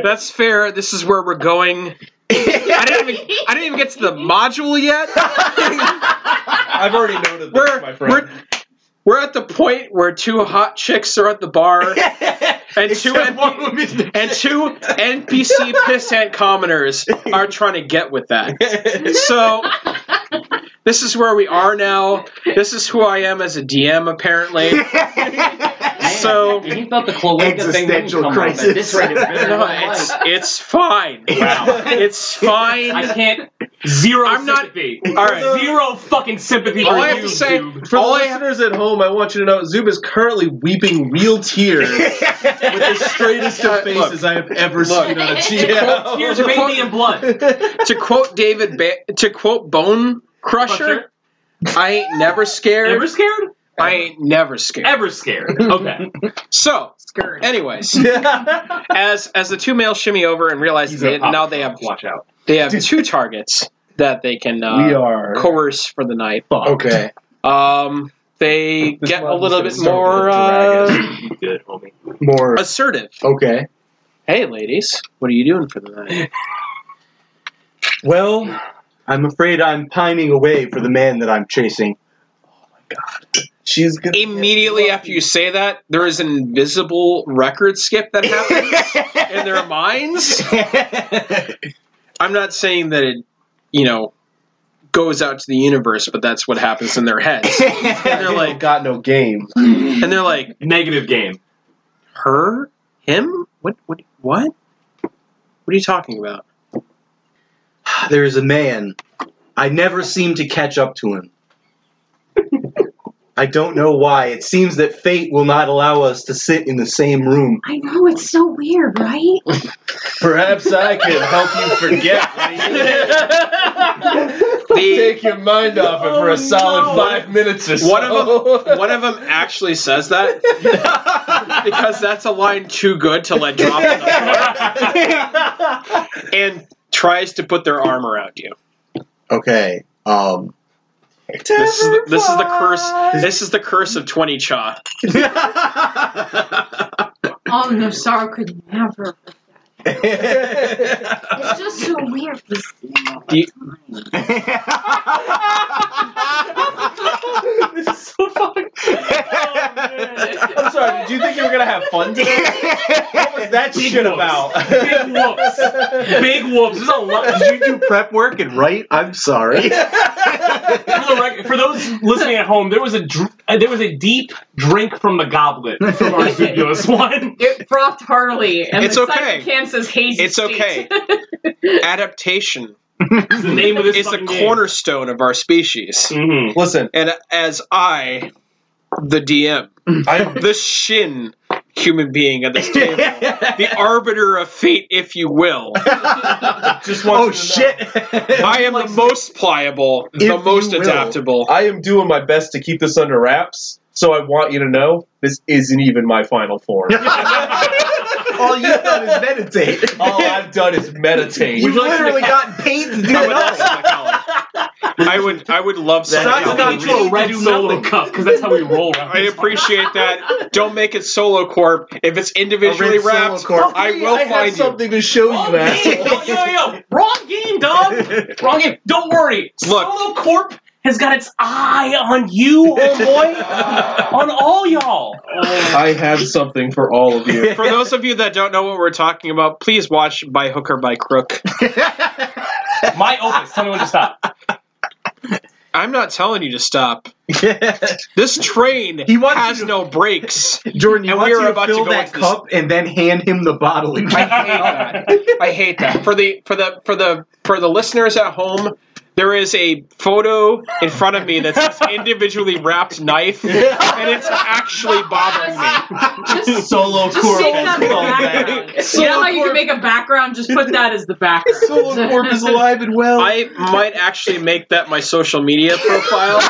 B: That's fair. This is where we're going. I didn't even I didn't even get to the module yet.
F: I've already noted this,
B: We're
F: my friend.
B: we're we're at the point where two hot chicks are at the bar and two
E: Except one
B: NP-
E: woman.
B: and two NPC pissant commoners are trying to get with that. So this is where we are now. This is who I am as a DM apparently. So
I: Man, you thought the cloaca thing wouldn't
E: Existential
I: come up at
E: crisis.
I: this rate of
B: No,
I: no,
B: it's it's fine. Wow. It's
C: I
B: fine.
C: can't. Zero
B: I'm not-
C: sympathy.
B: All right.
C: Zero fucking sympathy
B: Uh, All
C: for
B: I
C: you,
B: have to say,
C: dude.
F: For
B: all
F: the
B: I have,
F: listeners at home, I want you to know Zub is currently weeping real tears with the straightest of faces I have ever
B: Uh, Look.
F: seen on a
C: Here's
F: GM.
C: a baby in blood.
B: to quote David, ba- to quote Bone Crusher, I ain't never
C: Ever
B: scared.
C: scared?
B: I ain't never scared.
C: Ever scared? Okay.
B: So,
D: Skirt.
B: anyways, as as the two males shimmy over and realize
C: He's
B: that they,
C: a pop-
B: now they have
C: Watch out.
B: they have two targets that they can
F: we
B: uh,
F: are.
B: coerce for the night.
E: okay.
B: Um, they
F: This
B: get a
F: one's
B: little
F: gonna
B: bit
F: start
B: more
F: with a
B: uh,
C: You did it, homie.
E: More.
B: assertive.
E: Okay.
B: Hey, ladies, what are you doing for the night?
E: Well, I'm afraid I'm pining away for the man that I'm chasing.
H: She's gonna
B: Immediately after you say that, there is an invisible record skip that happens in their minds. I'm not saying that it, you know, goes out to the universe, but that's what happens in their heads. And they're like,
F: got no game.
B: and they're like,
C: Negative game.
B: her, him, what, what, what? What are you talking about?
E: There is a man. I never seem to catch up to him. I don't know why. It seems that fate will not allow us to sit in the same room.
D: I know it's so weird, right?
F: Perhaps I can help you forget.
B: The,
F: Take your mind off it
B: Oh,
F: for a solid five minutes or so.
B: one of them, one of them actually says that because that's a line too good to let drop. on the floor. and tries to put their arm around you.
E: Okay. Um.
B: This is the, this is the curse. This is the curse of twenty cha.
D: Oh no, sorrow could never. It's just so weird. We see him all
B: Do you-
D: the time.
C: This is so fucking.
F: I'm sorry, did you think you were gonna have fun today? What was that shit about?
C: Big whoops. Big whoops. This is a lot.
E: Did you do prep work and write? I'm sorry.
C: For the record- for those listening at home, there was a dr- uh, there was a deep drink from the goblet from our zebulous one.
D: It frothed heartily, and
B: It's
D: the
B: okay.
D: side of the can says hazy.
B: It's
D: state.
B: okay. Adaptation
C: It's the name of this
B: is a
C: fucking game.
B: cornerstone of our species.
C: Mhm.
F: Listen,
B: And as I, the DM,
F: I
B: the shin human being at this table, the arbiter of fate, if you will,
F: just want
H: oh
F: you to know,
H: shit!
B: I am the most pliable, the
F: you
B: most
F: will.
B: adaptable.
F: I am doing my best to keep this under wraps. So I want you to know this isn't even my final form.
H: All you've done is meditate.
F: All I've done is meditate.
H: You've literally gotten paid to do nothing.
B: I would, I would love
H: That's
B: somebody
H: not
B: to
C: Not
B: lead
C: to a
B: me.
C: red solo cup because that's how we roll.
B: I appreciate that. Don't make it solo corp. If it's individually
H: A red solo
B: wrapped,
H: corp.
B: I will
F: I have
B: find you. Oh,
F: something to show
C: Wrong
F: you, asshole.
C: game. Yo, yo, yo. Wrong game, dog. Wrong game. Don't worry.
B: Look.
C: Solo Corp has got its eye on you, oh boy. on all y'all.
F: I have something for all of you.
B: For those of you that don't know what we're talking about, please watch By Hook or By Crook.
C: My opus. Tell me when to stop.
B: I'm not telling you to stop. This train
H: He wants
B: has
H: you to-
B: no brakes.
H: Jordan, you
B: And
H: want
B: we are
H: you to
B: about to
H: fill
B: go
H: that
B: into this-
H: cup and then hand him the bottle. And
B: I hate that. I hate that. For the for the for the for the listeners at home, there is a photo in front of me that's this individually wrapped knife, and it's actually bothering me.
D: Just,
H: Solo
D: just
H: corp.
D: take it out of the
H: Solo
D: background. you know how you can make a background? Just put that as the background.
H: corp is alive and well.
B: I might actually make that my social media profile.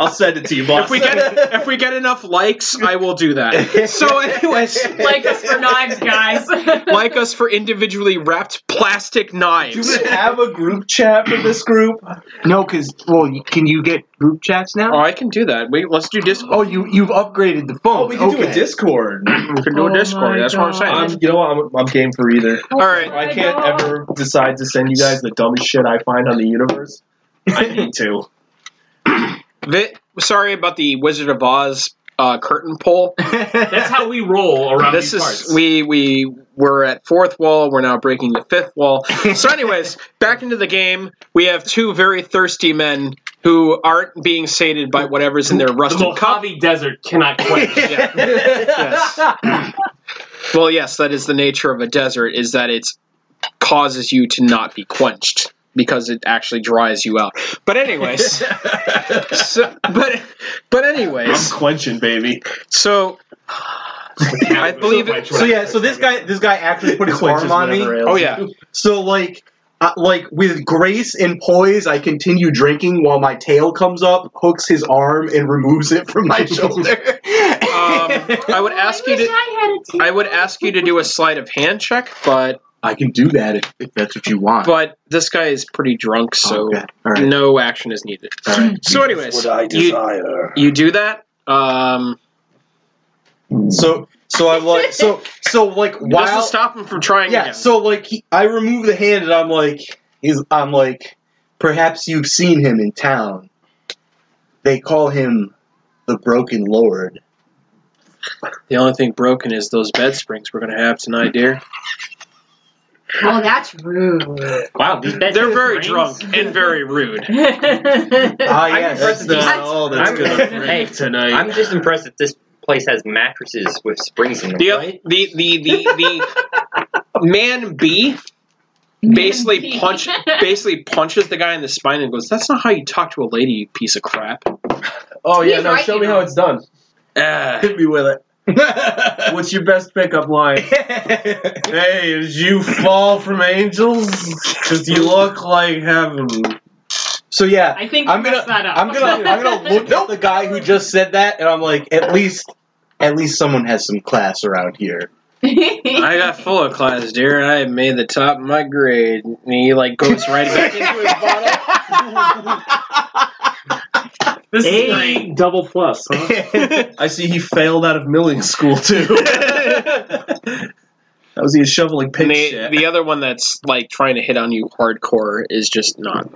H: I'll send it to you, boss.
B: If we get if we get enough likes, I will do that. So, anyways,
D: like us for knives, guys.
B: like us for individually wrapped plastic
F: Do
B: knives.
F: we have a group chat for this group?
H: no, because well, you- can you get group chats
B: Oh,
H: now?
B: I can do that. Wait, let's do Discord.
H: Oh, you you've upgraded the phone.
F: Oh, we can
H: okay.
F: do a Discord.
B: We can do
D: Oh
B: a Discord.
D: my
B: That's what I'm
F: I'm,
B: saying.
F: you know what? I'm, I'm game for either.
B: All right.
F: I can't ever decide to send you guys the dumbest shit I find on the universe. I need to.
B: Um, Vi- sorry about the Wizard of Oz uh, curtain pull.
C: That's how we roll around
B: this
C: these
B: is
C: parts.
B: we we were at fourth wall. We're now breaking the fifth wall. So, anyways, back into the game. We have two very thirsty men who aren't being sated by whatever's in their
C: the
B: rusted cup.
C: Mojave Desert cannot quench.
B: Yeah. Yes. Well, yes, that is the nature of a desert. Is that it causes you to not be quenched because it actually dries you out. But anyways, so, but but anyways,
F: Quenching, baby.
B: so I believe it-
H: So yeah, so this guy this guy actually put his
F: Quenches
H: arm on me.
F: whatever ails
B: oh yeah.
H: So like uh, like with grace and poise, I continue drinking while my tail comes up, hooks his arm, and removes it from my shoulder.
B: Um, I would ask you to I would ask you to do a sleight of hand check, but
H: I can do that if, if that's what you want. Oh,
B: but this guy is pretty drunk, so
H: Okay, all right.
B: no action is needed.
H: All right.
B: So, anyways, you,
J: desire.
B: you do that. Um,
H: So so I'm like so so like
B: doesn't
H: while
B: stop him from trying
H: yeah
B: again.
H: so like he, I remove the hand and I'm like he's I'm like perhaps you've seen him in town. They call him the Broken Lord.
B: the only thing broken is those bed springs we're gonna have tonight, dear.
D: oh, that's rude.
I: Wow, these beds
B: They're
I: have
B: very
I: brains?
B: drunk and very rude.
H: Ah
I: I'm
H: yes,
I: impressed that
D: these-
F: oh,
E: oh,
H: all
I: I'm- hey,
F: tonight.
I: I'm just impressed that this place has mattresses with springs in them.
B: The
I: right?
B: the the the, the man B basically punch basically punches the guy in the spine and goes, "That's not how you talk to a lady, you piece of crap."
F: oh yeah,
D: He's
F: no,
D: right,
F: show
D: you
F: me
D: know.
F: how it's done.
B: Ah.
H: Hit me with it.
F: What's your best pickup line? hey, as you fall from angels, because you look like heaven.
H: so yeah,
D: I think
H: I'm
D: you
H: gonna
D: messed that up.
H: I'm gonna I'm gonna look at the guy who just said that, and I'm like, at least at least someone has some class around here.
B: I got full of class, dear. I made the top of my grade. And he like goes right back into his bottle.
C: This is
H: Hey.
C: great. double plus. Huh?
F: I see he failed out of milling school too. that was he shoveling pig
B: And the,
F: shit.
B: the other one that's like trying to hit on you hardcore is just not.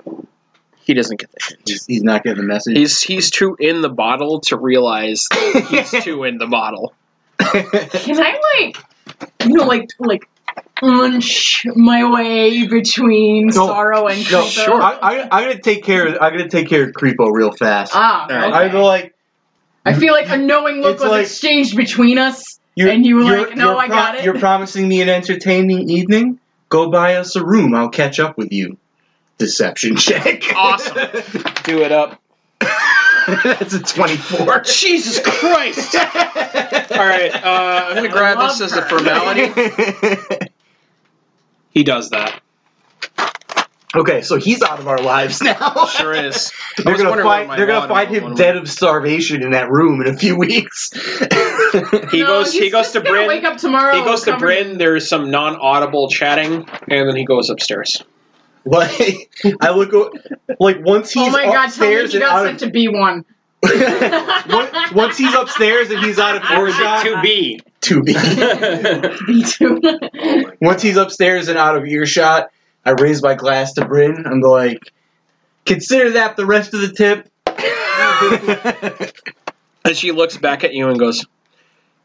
B: He doesn't get the hint.
H: He's, he's not getting the message.
B: He's he's too in the bottle to realize that he's too in the bottle.
D: Can I like, you know, like like punch my way between sorrow and
E: No,
D: Creepo.
E: sure. I, I, I'm gonna take care. Of, I'm gonna take care of Creepo real fast.
D: Ah,
J: All right.
D: okay.
E: I go like
D: I feel like a knowing look
E: It's
D: was
E: like-
D: exchanged between us.
E: you.
D: And you were like, "No, I got it."
E: You're promising me an entertaining evening. Go buy us a room. I'll catch up with you. Deception check.
B: Awesome. Do it up.
E: That's a twenty-four.
B: Jesus Christ! All right, uh, I'm gonna grab this as a formality. He does that.
E: okay, so he's out of our lives now.
B: Sure is. I
E: They're
B: was
E: gonna
B: wondering where
E: find.
B: my
E: They're gonna
B: wand
E: find
B: was
E: him
B: when we-
E: dead of starvation in that room in a few weeks.
B: He
D: No,
B: goes. He goes
D: he's just
B: to
D: gonna
B: Bryn.
D: Wake up tomorrow.
B: He goes to
D: covered in-
B: Bryn. There's some non-audible chatting, and then he goes upstairs.
E: like I look o- like once he's
D: Oh my god! Tell me
E: upstairs
D: he
E: and
D: got
E: out
D: sent
E: of
D: to B one.
E: once, once he's upstairs and he's out of
D: Or is it
E: earshot.
I: To be.
E: To be.
D: B two.
M: Oh,
E: Once he's upstairs and out of earshot, I raise my glass to Bryn. I'm like, consider that the rest of the tip.
B: And she looks back at you and goes,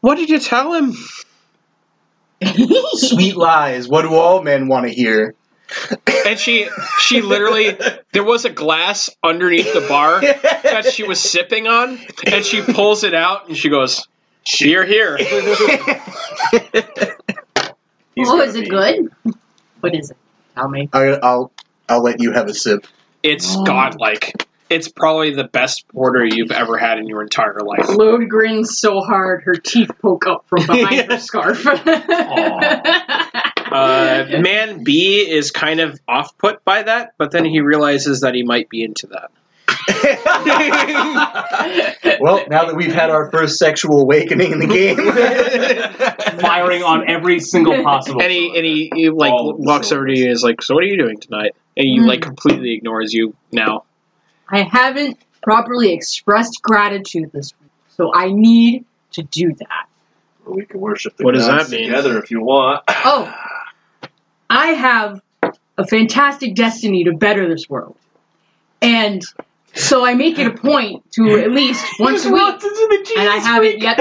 B: "What did you tell him?"
E: Sweet lies. What do all men want to hear?
B: And she she literally there was a glass underneath the bar that she was sipping on, and she pulls it out and she goes, "You're here."
J: He's
M: oh,
J: gonna
M: is it
J: be-
M: good? What is it? Tell me.
E: I, I'll I'll let you have a sip.
B: It's godlike. It's probably the best porter you've ever had in your entire life.
D: Load grins so hard her teeth poke up from behind her scarf.
B: Uh, man B is kind of off put by that, but then he realizes that he might be into that.
E: Well, now that we've had our first sexual awakening in the game,
C: Firing on every single possible.
B: And he and he, he like
C: All of the
B: walks over to you and is like, "So what are you doing tonight?" And he
D: Mm.
B: like completely ignores you now.
M: I haven't properly expressed gratitude this week, so I need to do that.
H: We can worship the
B: What does
H: gods
B: that mean?
H: together if you want.
M: Oh, I have a fantastic destiny to better this world. And so I make it a point to at least once a week, and I haven't yet.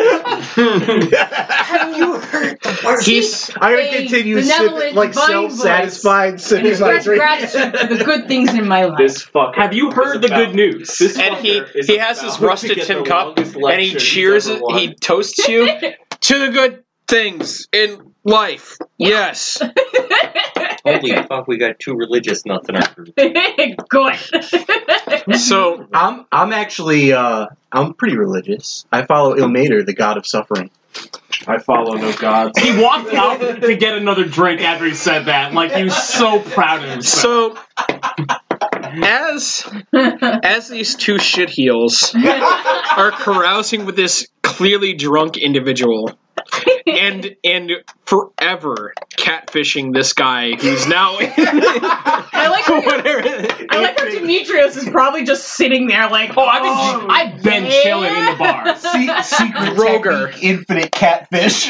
B: He's
E: I'm gonna
M: a
E: continue
M: benevolent
E: sipping, like
M: divine
E: self-satisfied
M: and
E: sipping my
M: express
E: drink.
M: gratitude for the good things in my life.
J: This fucker.
C: Have you heard
J: is
C: the
J: about-
C: good news?
J: This
B: and he
J: fucker is
B: he has his
J: about to
B: rusted
J: get
B: tin
J: the
B: cup
J: longest
B: and he
J: lecture he's
B: cheers
J: ever
B: it.
J: won.
B: He toasts you to the good things in life. Yes.
J: Holy fuck, we got two religious nuts in our group.
D: good.
B: So
E: I'm I'm actually uh, I'm pretty religious. I follow Ilmater, the god of suffering.
H: I follow no gods.
C: He walked out to get another drink after he said that. Like he was so proud of himself.
B: so as as these two shit heels are carousing with this clearly drunk individual and and forever catfishing this guy who's now
D: I like how you're- I like how Demetrius is probably just sitting there like,
C: Oh, I've been, I've been
D: yeah.
C: chilling in the bars.
E: Se- secret
B: Roger.
E: technique, infinite catfish.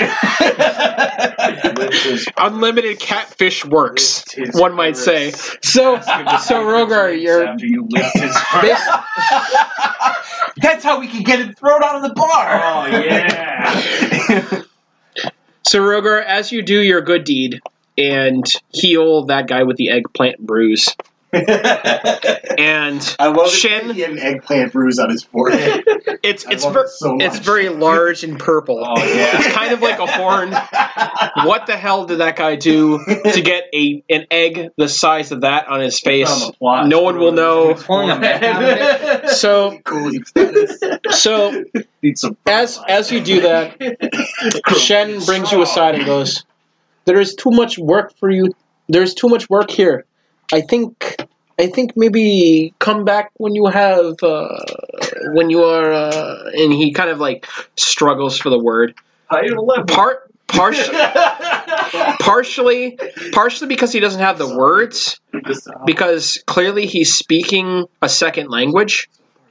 H: This is-
B: unlimited catfish works
H: this is
B: one might say
H: Paris.
B: so
H: Asking after
B: so rogar
H: drinks
B: you're
H: After you lift his
B: this
E: That's how we can get him thrown out of the bar.
H: Oh, yeah.
B: So Roger, as you do your good deed and heal that guy with the eggplant bruise, and
E: I love
B: Shin-
E: it. He had an eggplant bruise on his forehead.
B: it's
E: I
B: it's
E: love
B: ver-
E: it so
B: it's
E: much.
B: very large and purple.
H: Oh, yeah.
B: It's kind of like a horn. What the hell did that guy do to get a an egg the size of that on his face?
H: On the plot.
B: No one will know.
I: Pulling them back out of it.
B: So
E: cool. he said it.
B: so
H: Need some
B: as as you do that, Shen brings you aside and goes, "There is too much work for you. There's too much work here. I think I think maybe come back when you have uh, when you are." Uh, and he kind of like struggles for the word.
H: higher level.
B: Part partially partially partially because he doesn't have the words because clearly he's speaking a second language.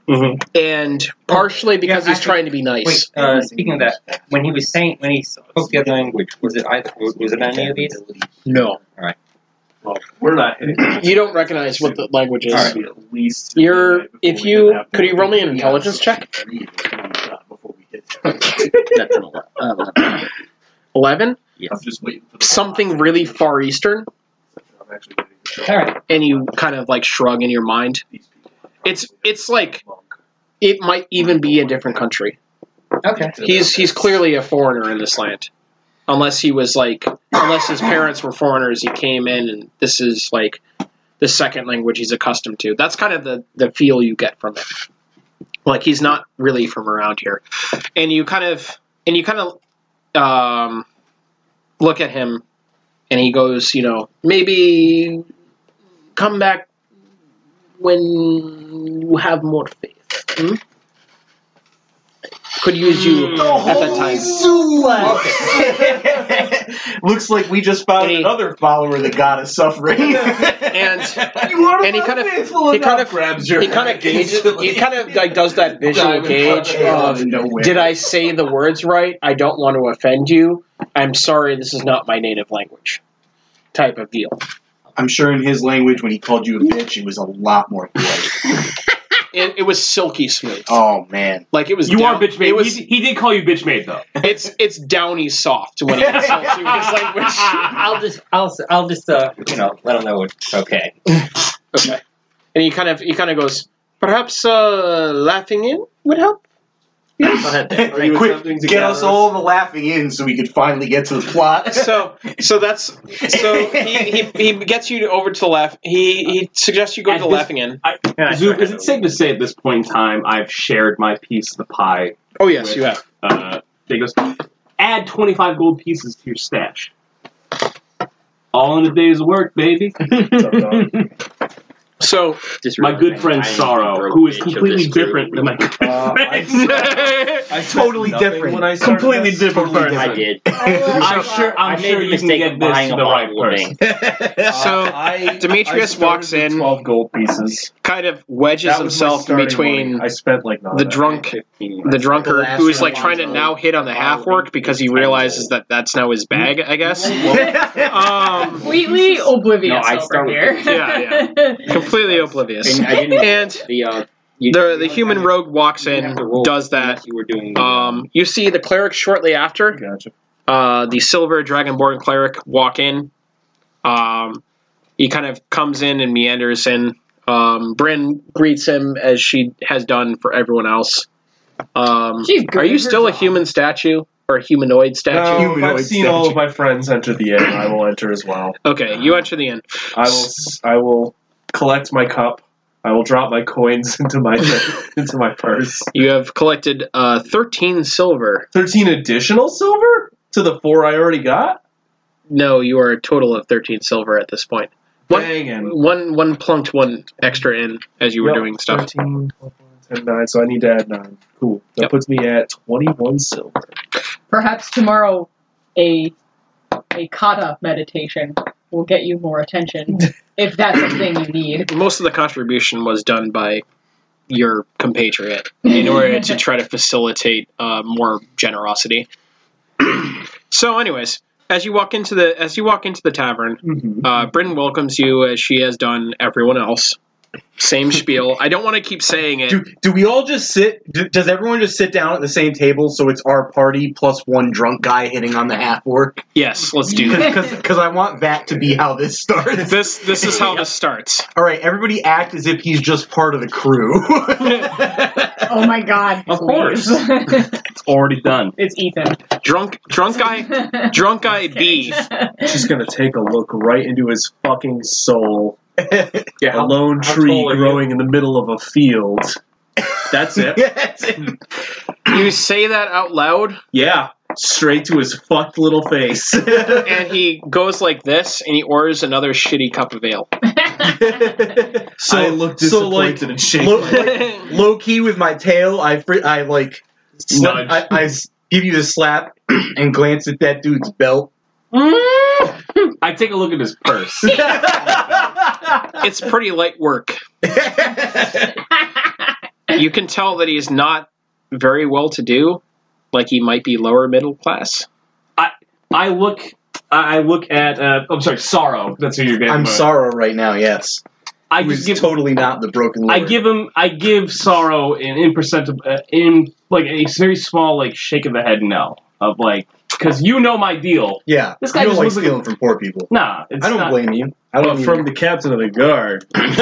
C: Mhm.
B: And partially because
I: Yeah,
B: he's
I: I-
B: trying to be nice.
I: Wait, uh, speaking of that, when he was saying, when he spoke the other language, was it either, was it any of these?
B: no,
H: Well, we're not hitting it.
B: you don't recognize what the language is.
H: All right. At least
B: You're if you could you roll me an
E: Yeah.
H: uh,
B: intelligence check?
E: Before we hit.
I: That's an ele- uh,
B: Eleven.
H: I'm just waiting for the
B: Something really far eastern,
H: I'm actually waiting for the-
I: All right.
B: and you kind of like shrug in your mind.
H: these people.
B: It's it's like it might even be a different country.
I: Okay.
B: He's he's clearly a foreigner in this land, unless he was like unless his parents were foreigners. He came in, and this is like the second language he's accustomed to. That's kind of the the feel you get from it. Like he's not really from around here, and you kind of and you kind of um, look at him, and he goes, you know, maybe come back when you have more faith. hmm? Could use you at that time.
H: Looks like we just found
B: Any-
H: another follower of the god of suffering.
B: And and he kind of he
H: he
B: kind of
H: grabs your
B: he kind of gauges he kind of like does that visual
H: Diamond
B: gauge
H: fucking out
B: of
H: of nowhere.
B: did I say the words right? I don't want to offend you. I'm sorry, this is not my native language. Type of deal.
H: I'm sure in his language when he called you a bitch, it was a lot more polite.
B: It, it was silky smooth.
H: Oh man.
B: Like it was.
C: You
B: down-
C: are bitch made.
B: It was.
C: he, he did call you bitch made though.
B: It's it's downy soft when he insults you. It's like which,
I: I'll just, I'll, I'll just, uh, you know, let him know it's okay.
B: okay. And he kind of he kind of goes. Perhaps uh, laughing in would help.
F: Are you
H: Quick,
F: attempting to
H: get us
F: counter-
H: all the laughing in so we could finally get to the plot.
B: So so that's so he, he, he gets you to over to the left. He he suggests you go
C: At
B: to the
C: this-
B: laughing in.
C: Zoop, is it safe to say at this point in time I've shared my piece of the pie?
B: Oh yes, you have.
C: Uh, they goes, add twenty five gold pieces to your stash. All in a day's work, baby.
B: So
J: Just
C: my
J: remember,
C: good friend
J: I am the
C: Sorrow,
J: broke
C: who is
J: bitch of
C: completely
J: this group.
C: different than my good
F: Uh, I-
C: friend.
F: I totally different. When I started
C: Completely
F: this.
C: different
F: Totally
C: person.
J: I did.
C: I'm sure. I'm
I: I made
C: sure
I: the
C: you can
I: mistake
C: get
I: of
C: this
I: buying
C: to
I: a
C: the right
I: bottle of
C: person.
I: thing.
B: So,
F: Uh, I,
B: Demetrius
F: I started
B: walks
F: with
B: in.
F: Twelve gold pieces.
B: kind of wedges
F: That was my
B: himself
F: starting
B: between
F: money. I spent like none of
B: the
F: that.
B: drunk the drunkard who is like trying to now hit on the half
F: Oh,
B: work because he realizes that that's now his bag, I guess. Um,
D: Completely oblivious
I: No, I
D: over
I: start
D: here.
I: with-
B: Yeah, completely oblivious.
I: And I didn't.
B: And
I: The uh, you,
B: the the human rogue walks
I: you have
B: in,
I: to roll
B: does that.
I: unless You were doing.
B: Um, you see the cleric shortly after.
F: Gotcha.
B: Uh, the silver dragonborn cleric walk in. Um, he kind of comes in and meanders in. Um, Bryn greets him as she has done for everyone else. Um,
D: She's good
B: are
D: at
B: you
D: her
B: still a
D: job.
B: human statue or a humanoid statue?
F: No, if
H: Humanoid
F: I've seen
H: statue.
F: all of my friends enter the inn. I will enter as well.
B: Okay, you enter the inn.
F: I will. s- I will collect my cup. I will drop my coins into my into my purse.
B: You have collected uh, 13 silver.
F: Thirteen additional silver to the four I already got.
B: No, you are a total of 13 silver at this point. What-
F: Banging.
B: One one plunked one extra in as you were doing stuff.
F: 13, 12, 10, 9, so I need to add 9. Cool. That
B: Yep.
F: puts me at 21 silver.
D: Perhaps tomorrow a a kata meditation will get you more attention if that's a thing you need.
B: Most of the contribution was done by your compatriot in order to try to facilitate uh, more generosity. so, anyways, as you walk into the as you walk into the tavern,
F: Mm-hmm.
B: Uh, Bryn welcomes you as she has done everyone else. Same spiel. I don't want to keep saying it.
E: Do, do we all just sit? Do, does everyone just sit down at the same table so it's our party plus one drunk guy hitting on the half work?
B: Yes, let's do that.
E: Because I want that to be how this starts.
B: This this is how this starts.
E: All right, everybody act as if he's just part of the crew.
D: Oh my god.
C: Of
D: please.
C: It's already done.
D: it's Ethan.
B: Drunk drunk guy drunk guy B.
F: She's going to take a look right into his fucking soul.
B: Yeah,
F: a lone
J: how
F: tree
J: tall are you?
F: growing in the middle of a field. That's it.
B: You say that out loud,
F: yeah. Straight to his fucked little face.
B: and he goes like this, and he orders another shitty cup of ale.
F: so
E: I
F: look
E: so, like,
F: disappointed and shaken.
E: look- Low key with my tail, I fr- I like
F: Nudge.
E: slap, I, I s- give you the slap and glance at that dude's belt.
C: I take a look at his purse.
B: it's pretty light work. You can tell that he's not very well to do, like he might be lower middle class.
C: I look. I I look at. Uh, I'm sorry, sorrow. That's who you're getting.
E: I'm
C: by.
E: sorrow right now. Yes,
C: I
E: who's
C: just give.
E: totally not the broken. Lord.
C: I give him. I give sorrow an imperceptible, uh, in like a very small like shake of the head no of like because you know my deal.
E: Yeah,
C: This guy
E: you
C: just
E: don't like
C: wasn't-
E: stealing from poor people.
C: Nah, it's
E: I don't
C: not-
E: blame you. I don't
F: But from the captain of the guard.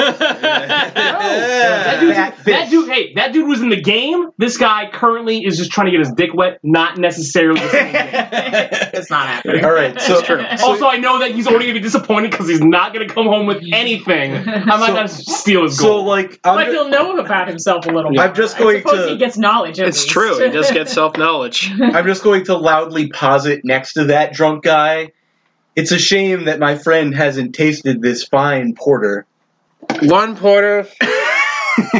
C: That dude, that dude, hey, that dude was in the game. This guy currently is just trying to get his dick wet, not necessarily.
I: It's not happening.
E: All right, so
C: also, I know that he's already gonna be disappointed because he's not gonna come home with anything. I might
F: So-
C: not steal his
F: so
C: gold.
F: like
D: But
F: I'm, ju-
D: he'll know about himself a little bit.
F: I'm just
D: I
F: going
D: suppose he
F: to
D: gets knowledge. at
B: It's
D: least.
B: true. He does get self knowledge.
E: I'm just going to loudly posit next to that drunk guy. It's a shame that my friend hasn't tasted this fine porter.
B: One porter,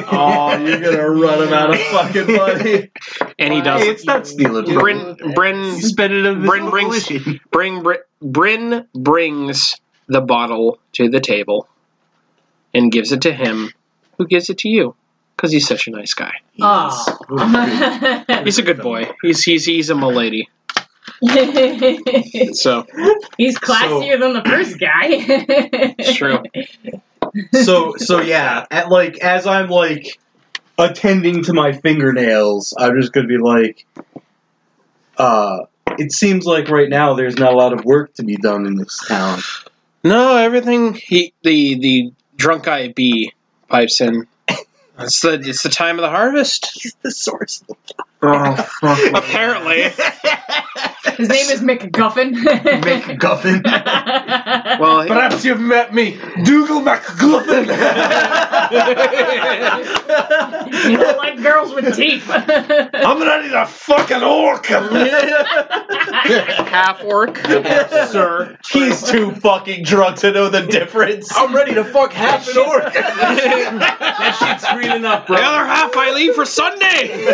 F: Oh, you're gonna run him out of fucking money.
B: and he
E: Hey,
B: doesn't.
E: it's not stealing.
B: Bryn, Bryn,
H: Spend it on
B: Bryn brings, Bryn, Bryn brings the bottle to the table, and gives it to him, who gives it to you, because he's such a nice guy.
D: Ah.
B: He's a good boy. He's he's he's a milady. So
D: He's classier than the first guy.
B: it's true.
E: so so yeah at like as i'm like attending to my fingernails i'm just gonna be like uh it seems like right now there's not a lot of work to be done in this town
B: No, everything. He the the drunk guy B pipes in. It's the it's the time of the harvest.
E: he's the source
B: Oh, Apparently.
D: His name is McGuffin.
E: MacGuffin.
B: Well,
F: Perhaps you've met me, Dougal MacGuffin.
D: you don't like girls with teeth.
F: I'm ready to fuck an orc.
B: half orc.
F: Sir,
E: he's too fucking drunk to know the difference
F: I'm ready to fuck half an orc.
C: that shit's green enough, bro.
B: The other half I leave for Sunday.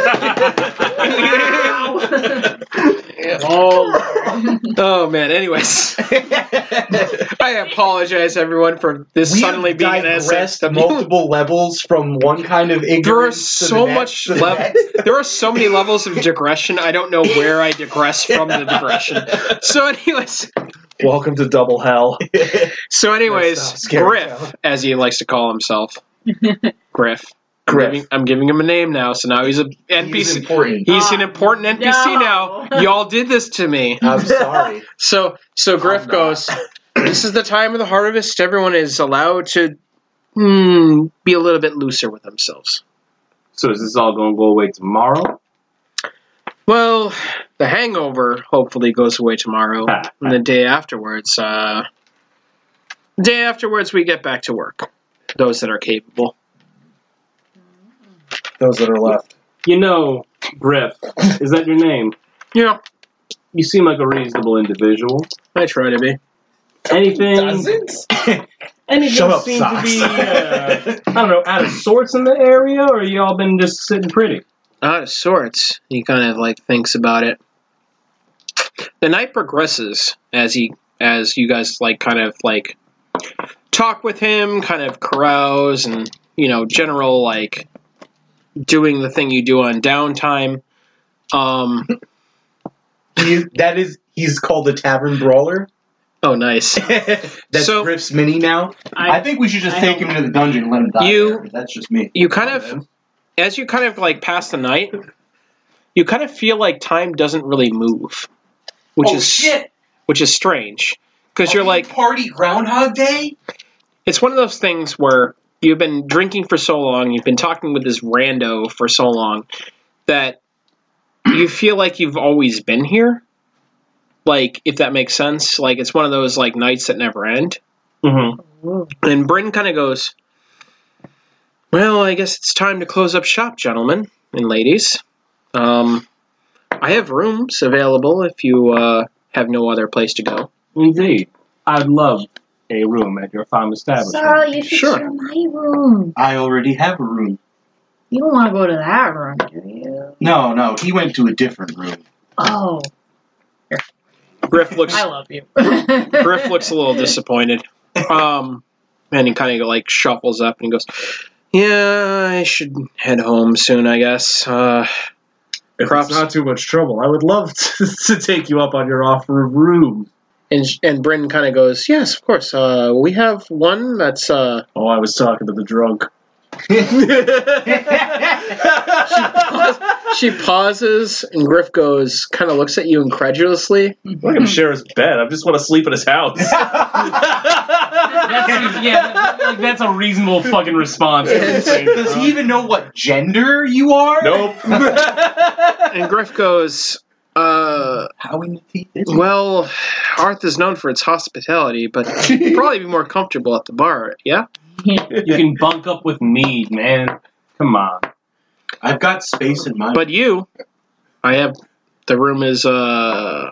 C: Oh,
B: Oh man. Anyways, I apologize everyone for this
E: We
B: suddenly
E: have
B: being an
E: digressed
B: SSW.
E: multiple levels from one kind of ignorance.
B: There are
E: to the
B: so
E: next,
B: much
E: to the
B: level.
E: next.
B: There are so many levels of digression. I don't know where I digress from the digression. So, anyways,
F: Welcome to double hell.
B: So,
F: That sounds
B: anyways,
F: scary,
B: Griff, as he likes to call himself, Griff. I'm
E: Griff.
B: giving, I'm giving him a name now, so now he's a NPC.
E: He's
B: He's,
E: important.
D: Ah,
B: an important NPC
D: no.
B: now. Y'all did this to me.
E: I'm sorry.
B: So, so Griff goes. This is the time of the harvest. Everyone is allowed to hmm, be a little bit looser with themselves.
C: so is this all gonna go away tomorrow?
B: Well, the hangover hopefully goes away tomorrow,
C: Ah,
B: and the day afterwards. Uh, the day afterwards, we get back to work. Those that are capable.
E: Those that are left.
C: You know, Griff, is that your name?
B: Yeah,
C: You seem like a reasonable individual.
B: I try to be.
C: Anything? Anything
E: Shut up,
C: seem to
E: socks.
C: be? Uh, I don't know, out of sorts in the area, or you all been just sitting pretty?
B: out of Uh, sorts. He kind of like thinks about it. The night progresses as he as you guys like kind of like talk with him, kind of carouse and you know, general like doing the thing you do on downtime. Um
E: He- that is, he's called the Tavern Brawler.
B: oh nice.
E: That's
B: So-
E: Griff's mini now. I, think we should just take him to the dungeon and let him die.
B: You-
E: there, but that's just me.
B: You kind of as you kind of like pass the night, you kind of feel like time doesn't really move. Which is which is strange. Because you're like
E: party Groundhog Day.
B: it's one of those things where you've been drinking for so long, you've been talking with this rando for so long that you feel like you've always been here. Like, if that makes sense. Like, it's one of those like nights that never end.
C: Mm-hmm.
B: And Bryn kind of goes, "Well, I guess it's time to close up shop, gentlemen and ladies. Um, I have rooms available if you uh, have no other place to go."
C: Indeed. I'd love a room at your farm establishment.
M: Sorry, you should
B: Sure.
M: share my room.
E: I already have a room.
M: You don't want to go to that room, do you?
E: No, no, he went to a different room.
M: Oh,
B: Griff looks
D: I love you.
B: Griff looks a little disappointed. Um, and he kind of like shuffles up and he goes, "Yeah, I should head home soon, I guess." Uh,
F: If
B: Crops-
F: it's not too much trouble, I would love to, to take you up on your offer of room.
B: and and Bryn kind of goes, "Yes, of course. Uh, we have one that's uh,
F: Oh, I was talking to the drunk.
B: She pauses, and Griff goes, kind of looks at you incredulously.
F: I'm not gonna share his bed. I just want to sleep in his house.
C: That's, yeah, that- like, that's a reasonable fucking response.
E: Does he even know what gender you are?
F: nope.
B: And Griff goes, uh,
E: How in the teeth is he?
B: well, Arth is known for its hospitality, but you'd probably be more comfortable at the bar, yeah?
C: You can bunk up with me, man. Come on.
E: I've got space in mind.
B: But you, I have, the room is, uh,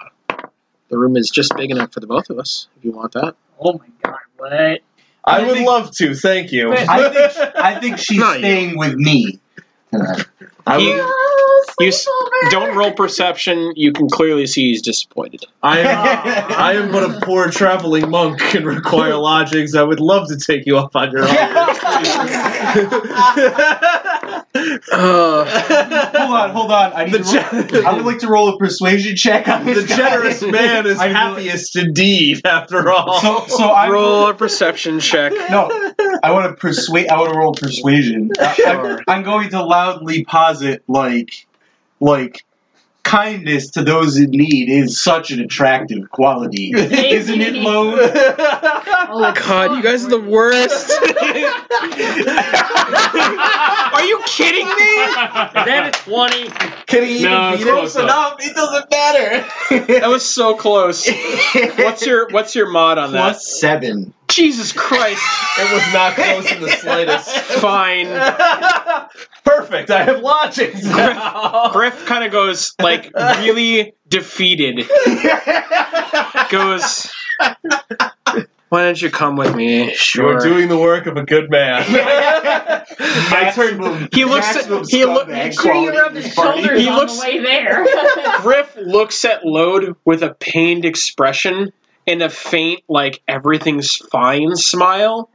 B: the room is just big enough for the both of us, if you want that.
D: Oh my god, what?
F: I would
E: think-
F: love to. Thank you.
E: I think I think she's
B: No, you-
E: staying with me. tonight. I
B: You-
E: would-
B: You s- don't roll perception, you can clearly see he's disappointed.
F: I am, I am but a poor traveling monk and require lodgings. I would love to take you up on your offer.
B: Uh,
E: hold on, hold on. I, need
F: The
E: to roll-
F: gen-
E: I would like to roll a persuasion check on
F: the
E: this guy.
F: generous man is
E: I really-
F: happiest indeed, after all.
E: So, so I
B: roll a perception check.
E: No, I want to persuade. I want to roll persuasion. I, am going to loudly posit like, like, kindness to those in need is such an attractive quality, isn't it, Loan?
D: Oh,
B: God, you guys are the worst. are you kidding me?
N: That is 20.
E: Can he even
C: No,
E: be
C: close
E: close enough? It doesn't matter.
B: That was so close. What's your What's your mod on that?
E: Plus seven.
B: Jesus Christ!
F: It was not close in the slightest.
B: Fine.
F: Perfect. I have lodgings now.
B: Griff kind of goes like really defeated. Goes. Why don't you come with me?
F: You're doing the work of a good man.
E: I turned.
B: He looks at-
E: maximum
B: he loo-
E: scumbag
D: Sure, you
E: quality
D: rubbed
E: in
D: his
E: this party.
D: shoulders
B: He
D: on
B: looks-
D: the way there.
B: Griff looks at Lode with a pained expression and a faint, like everything's fine smile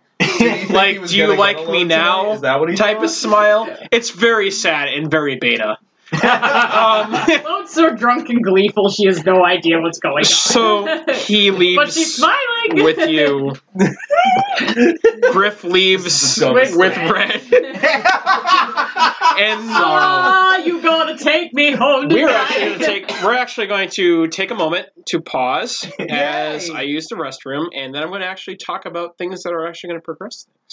B: Like, do you like me now?
F: Is that what he
B: type of smile. It's very sad and very beta. um,
D: Lode's so drunk and gleeful, she has no idea what's going on.
B: so Oh, he leaves.
D: but she's smiling
B: with you. Griff leaves
F: With
B: with Brett. Um, and
D: Ah, you gonna take me home
B: we're
D: tonight?
B: actually going to take we're actually going to take a moment to pause as I use the restroom, and then I'm going to actually talk about things that are actually going to progress things.